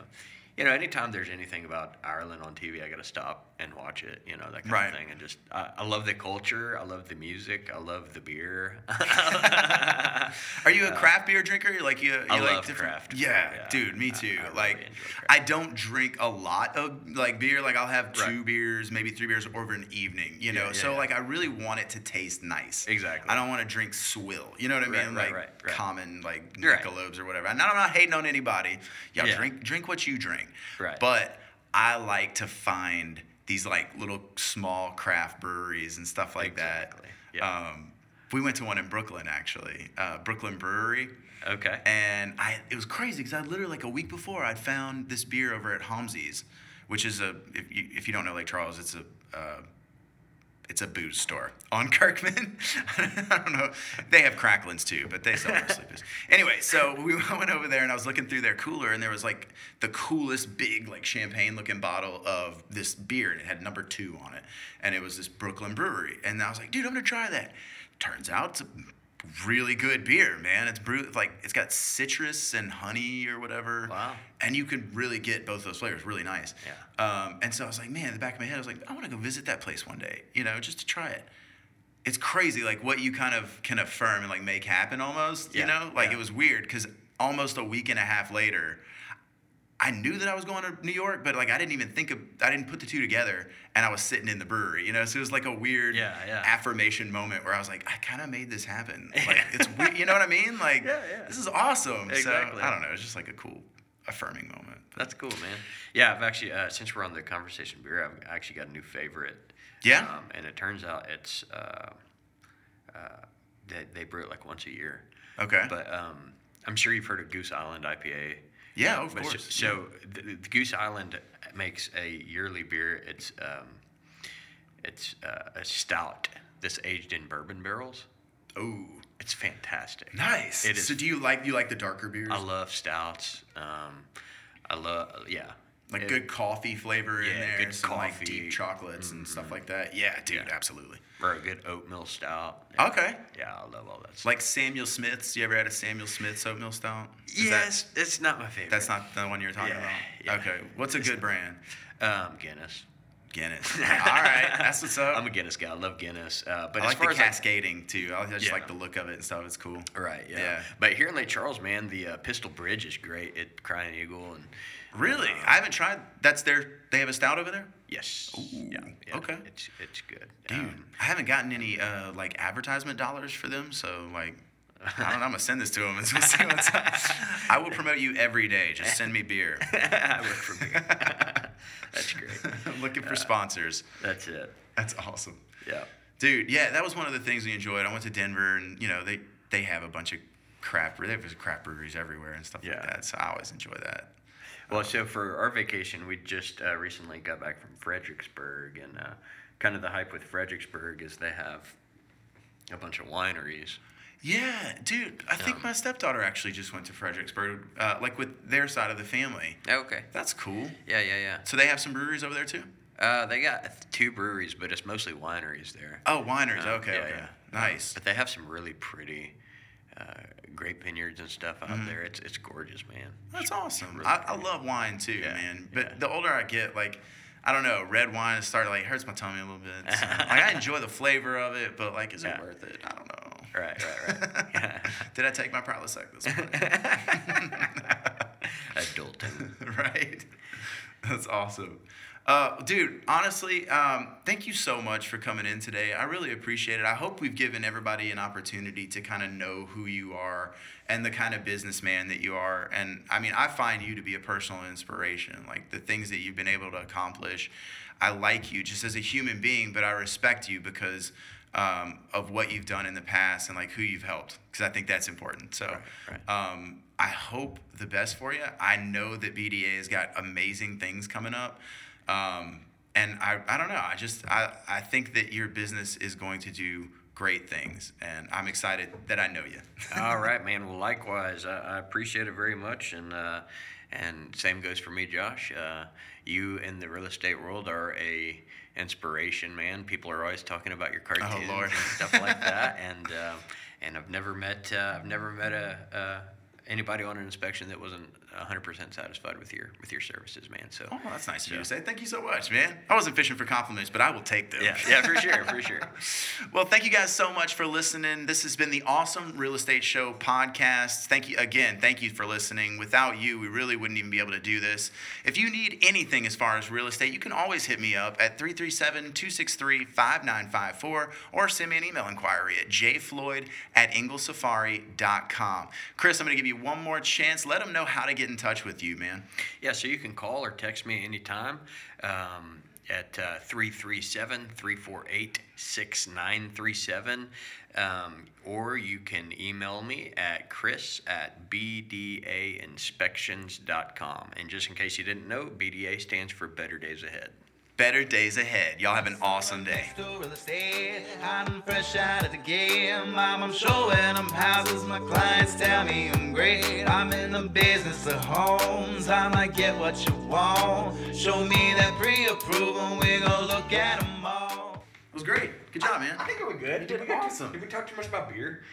Speaker 3: you know, anytime there's anything about Ireland on TV, I got to stop and watch it. You know, that kind
Speaker 1: Right.
Speaker 3: of thing. And just I, I love the culture. I love the music. I love the beer.
Speaker 1: Are you a craft beer drinker? You're Like you, you
Speaker 3: I
Speaker 1: like
Speaker 3: love
Speaker 1: different-
Speaker 3: craft beer,
Speaker 1: Yeah,
Speaker 3: yeah.
Speaker 1: dude, me
Speaker 3: I- I
Speaker 1: too.
Speaker 3: really
Speaker 1: like
Speaker 3: enjoy craft
Speaker 1: I don't drink a lot of like beer. Like I'll have two
Speaker 3: Right.
Speaker 1: beers, maybe three beers over an evening. You know,
Speaker 3: yeah,
Speaker 1: so
Speaker 3: yeah.
Speaker 1: like I really want it to taste nice.
Speaker 3: Exactly.
Speaker 1: I don't want to drink swill. You know what I
Speaker 3: Right,
Speaker 1: mean?
Speaker 3: right,
Speaker 1: like
Speaker 3: right, right.
Speaker 1: common like
Speaker 3: Right.
Speaker 1: Michelobes or whatever. And I'm not hating on anybody. Y'all
Speaker 3: Yeah.
Speaker 1: drink drink what you drink.
Speaker 3: Right.
Speaker 1: But I like to find these like little small craft breweries and stuff like
Speaker 3: Exactly,
Speaker 1: that.
Speaker 3: yeah.
Speaker 1: Um, we went to one in Brooklyn actually, uh, Brooklyn Brewery,
Speaker 3: okay.
Speaker 1: and I it was crazy because I literally like a week before I'd found this beer over at Homsey's, which is a if you, if you don't know Lake Charles, it's a uh, it's a booze store on Kirkman. I don't know. They have cracklins too, but they sell mostly booze. Anyway, so we went over there and I was looking through their cooler and there was like the coolest big like champagne looking bottle of this beer and it had number two on it. And it was this Brooklyn brewery. And I was like, dude, I'm gonna try that. Turns out it's a really good beer, man. It's brewed like it's got citrus and honey or whatever.
Speaker 3: Wow.
Speaker 1: And you could really get both those flavors, really nice.
Speaker 3: Yeah.
Speaker 1: Um, and so I was like, man, in the back of my head, I was like, I want to go visit that place one day, you know, just to try it. It's crazy, like what you kind of can affirm and like make happen almost, you
Speaker 3: Yeah,
Speaker 1: know? Like
Speaker 3: yeah.
Speaker 1: it was weird because almost a week and a half later, I knew that I was going to New York, but like I didn't even think of, I didn't put the two together and I was sitting in the brewery, you know? So it was like a weird
Speaker 3: Yeah, yeah.
Speaker 1: affirmation moment where I was like, I kind of made this happen. Like it's weird, you know what I mean? Like
Speaker 3: Yeah, yeah.
Speaker 1: this is awesome.
Speaker 3: Exactly.
Speaker 1: So I don't know, it's just like a cool affirming moment.
Speaker 3: That's cool, man. Yeah, I've actually uh, since we're on the conversation beer, I've actually got a new favorite.
Speaker 1: Yeah?
Speaker 3: Um, and it turns out it's uh, uh, they they brew it like once a year.
Speaker 1: Okay.
Speaker 3: But um, I'm sure you've heard of Goose Island IPA.
Speaker 1: Yeah, of
Speaker 3: Uh, But so-
Speaker 1: course.
Speaker 3: So, the, the Goose Island makes a yearly beer. It's um, it's uh, a stout that's aged in bourbon barrels.
Speaker 4: Oh,
Speaker 3: It's fantastic.
Speaker 4: nice.
Speaker 3: It is.
Speaker 4: So do you like you like the darker beers?
Speaker 3: I love stouts. Um, I love yeah.
Speaker 4: like
Speaker 3: It-
Speaker 4: good coffee flavor in
Speaker 3: Yeah,
Speaker 4: there,
Speaker 3: good
Speaker 4: some like
Speaker 3: coffee. Mm-hmm.
Speaker 4: deep chocolates and stuff like that. Yeah, dude,
Speaker 3: Yeah.
Speaker 4: absolutely.
Speaker 3: or a good oatmeal stout.
Speaker 4: Okay.
Speaker 3: Yeah, I love all that. Stuff.
Speaker 1: Like Samuel Smith's. You ever had a Samuel Smith's oatmeal stout? Is that-
Speaker 3: yes, it's not my favorite.
Speaker 1: that's not the one you're talking
Speaker 3: Yeah, yeah.
Speaker 1: about. Okay. What's a good brand?
Speaker 3: um, Guinness.
Speaker 1: Guinness. All right. That's what's up.
Speaker 3: I'm a Guinness guy. I love Guinness. Uh, but
Speaker 1: I
Speaker 3: as
Speaker 1: like
Speaker 3: far
Speaker 1: the
Speaker 3: as like,
Speaker 1: cascading too. I just
Speaker 3: Yeah.
Speaker 1: like the look of it and stuff. It's cool.
Speaker 3: Right. Yeah.
Speaker 1: Yeah.
Speaker 3: But here in Lake Charles, man, the uh, Pistol Bridge is great at Crying Eagle, and
Speaker 1: Really?
Speaker 3: Uh,
Speaker 1: I haven't tried. That's their. They have a stout over there.
Speaker 3: yes, yeah,
Speaker 1: Ooh,
Speaker 3: yeah,
Speaker 1: okay.
Speaker 3: it's it's good.
Speaker 1: Dude,
Speaker 3: Um,
Speaker 1: I haven't gotten any uh, like advertisement dollars for them, so like, I don't know. I'm gonna send this to them and see what's up. I will promote you every day. Just send me beer.
Speaker 3: I work for beer. That's great.
Speaker 1: I'm looking for sponsors.
Speaker 3: That's it.
Speaker 1: That's awesome,
Speaker 3: Yeah.
Speaker 1: dude. Yeah, that was one of the things we enjoyed. I went to Denver, and you know they they have a bunch of craft. bre- They have craft breweries everywhere and stuff
Speaker 3: Yeah.
Speaker 1: like that. So I always enjoy that.
Speaker 3: Well, so for our vacation, we just uh, recently got back from Fredericksburg, and uh, kind of the hype with Fredericksburg is they have a bunch of wineries.
Speaker 1: Yeah, dude. I think
Speaker 3: Um,
Speaker 1: my stepdaughter actually just went to Fredericksburg, uh, like with their side of the family.
Speaker 3: Okay.
Speaker 1: That's cool.
Speaker 3: Yeah, yeah, yeah.
Speaker 1: So they have some breweries over there too.
Speaker 3: Uh, they got two breweries, but it's mostly wineries there.
Speaker 1: Oh, wineries.
Speaker 3: Uh,
Speaker 1: okay,
Speaker 3: yeah,
Speaker 1: okay.
Speaker 3: yeah.
Speaker 1: Nice.
Speaker 3: But they have some really pretty uh, grape vineyards and stuff out there. It's it's gorgeous, man.
Speaker 1: That's awesome.
Speaker 3: really
Speaker 1: I, I
Speaker 3: pretty.
Speaker 1: love wine too,
Speaker 3: Yeah,
Speaker 1: man. But
Speaker 3: yeah.
Speaker 1: the older I get, like, I don't know, red wine is starting like hurts my tummy a little bit. So, like, I enjoy the flavor of it, but like, is
Speaker 3: Yeah.
Speaker 1: it worth it? I don't know.
Speaker 3: Right, right, right.
Speaker 1: Did I take my Prilosec this morning?
Speaker 3: Adulting.
Speaker 1: right? That's awesome. Uh, dude, honestly, um, thank you so much for coming in today. I really appreciate it. I hope we've given everybody an opportunity to kind of know who you are and the kind of businessman that you are. And I mean, I find you to be a personal inspiration. Like the things that you've been able to accomplish, I like you just as a human being, but I respect you because um, of what you've done in the past and like who you've helped, because I think that's important. So,
Speaker 3: right.
Speaker 1: um, I hope the best for you. I know that BDA has got amazing things coming up. Um, and I, I don't know. I just I, I think that your business is going to do great things. And I'm excited that I know you.
Speaker 3: All right, man. Well, likewise, I, I appreciate it very much, and uh, and same goes for me, Josh. Uh, you in the real estate world are a inspiration, man. People are always talking about your cartoons
Speaker 1: Oh, Lord.
Speaker 3: and stuff like that, and uh, and I've never met uh, I've never met a. Uh, Anybody on an inspection that wasn't 100% satisfied with your with your services, man. So
Speaker 1: oh, that's nice of you to say. Thank you so much, man. I wasn't fishing for compliments, but I will take them.
Speaker 3: yeah, yeah, for sure, for sure.
Speaker 1: Well, thank you guys so much for listening. This has been the Awesome Real Estate Show podcast. Thank you again. Thank you for listening. Without you, we really wouldn't even be able to do this. If you need anything as far as real estate, you can always hit me up at 337 263 5954 or send me an email inquiry at jfloyd at inglesafari.com. Chris, I'm going to give you one more chance. Let them know how to get in touch with you, man.
Speaker 3: Yeah, so you can call or text me anytime um, at 337 348 6937. Um, Or you can email me at chris at bdainspections.com. And just in case you didn't know, BDA stands for Better Days Ahead.
Speaker 1: Better days ahead. Y'all have an awesome day.
Speaker 2: store real estate. I'm fresh out of the game. I'm, I'm showing them houses. My clients tell me I'm great. I'm in the business of homes. I'm like, get what you want. Show me that pre approval. We're going to look at 'em all.
Speaker 1: It was great. Good job, man.
Speaker 3: we're good.
Speaker 1: did Did we- awesome. did
Speaker 3: we talk too much about beer?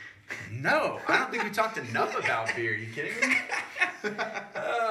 Speaker 1: No, I don't think we talked enough about beer. Are you kidding me?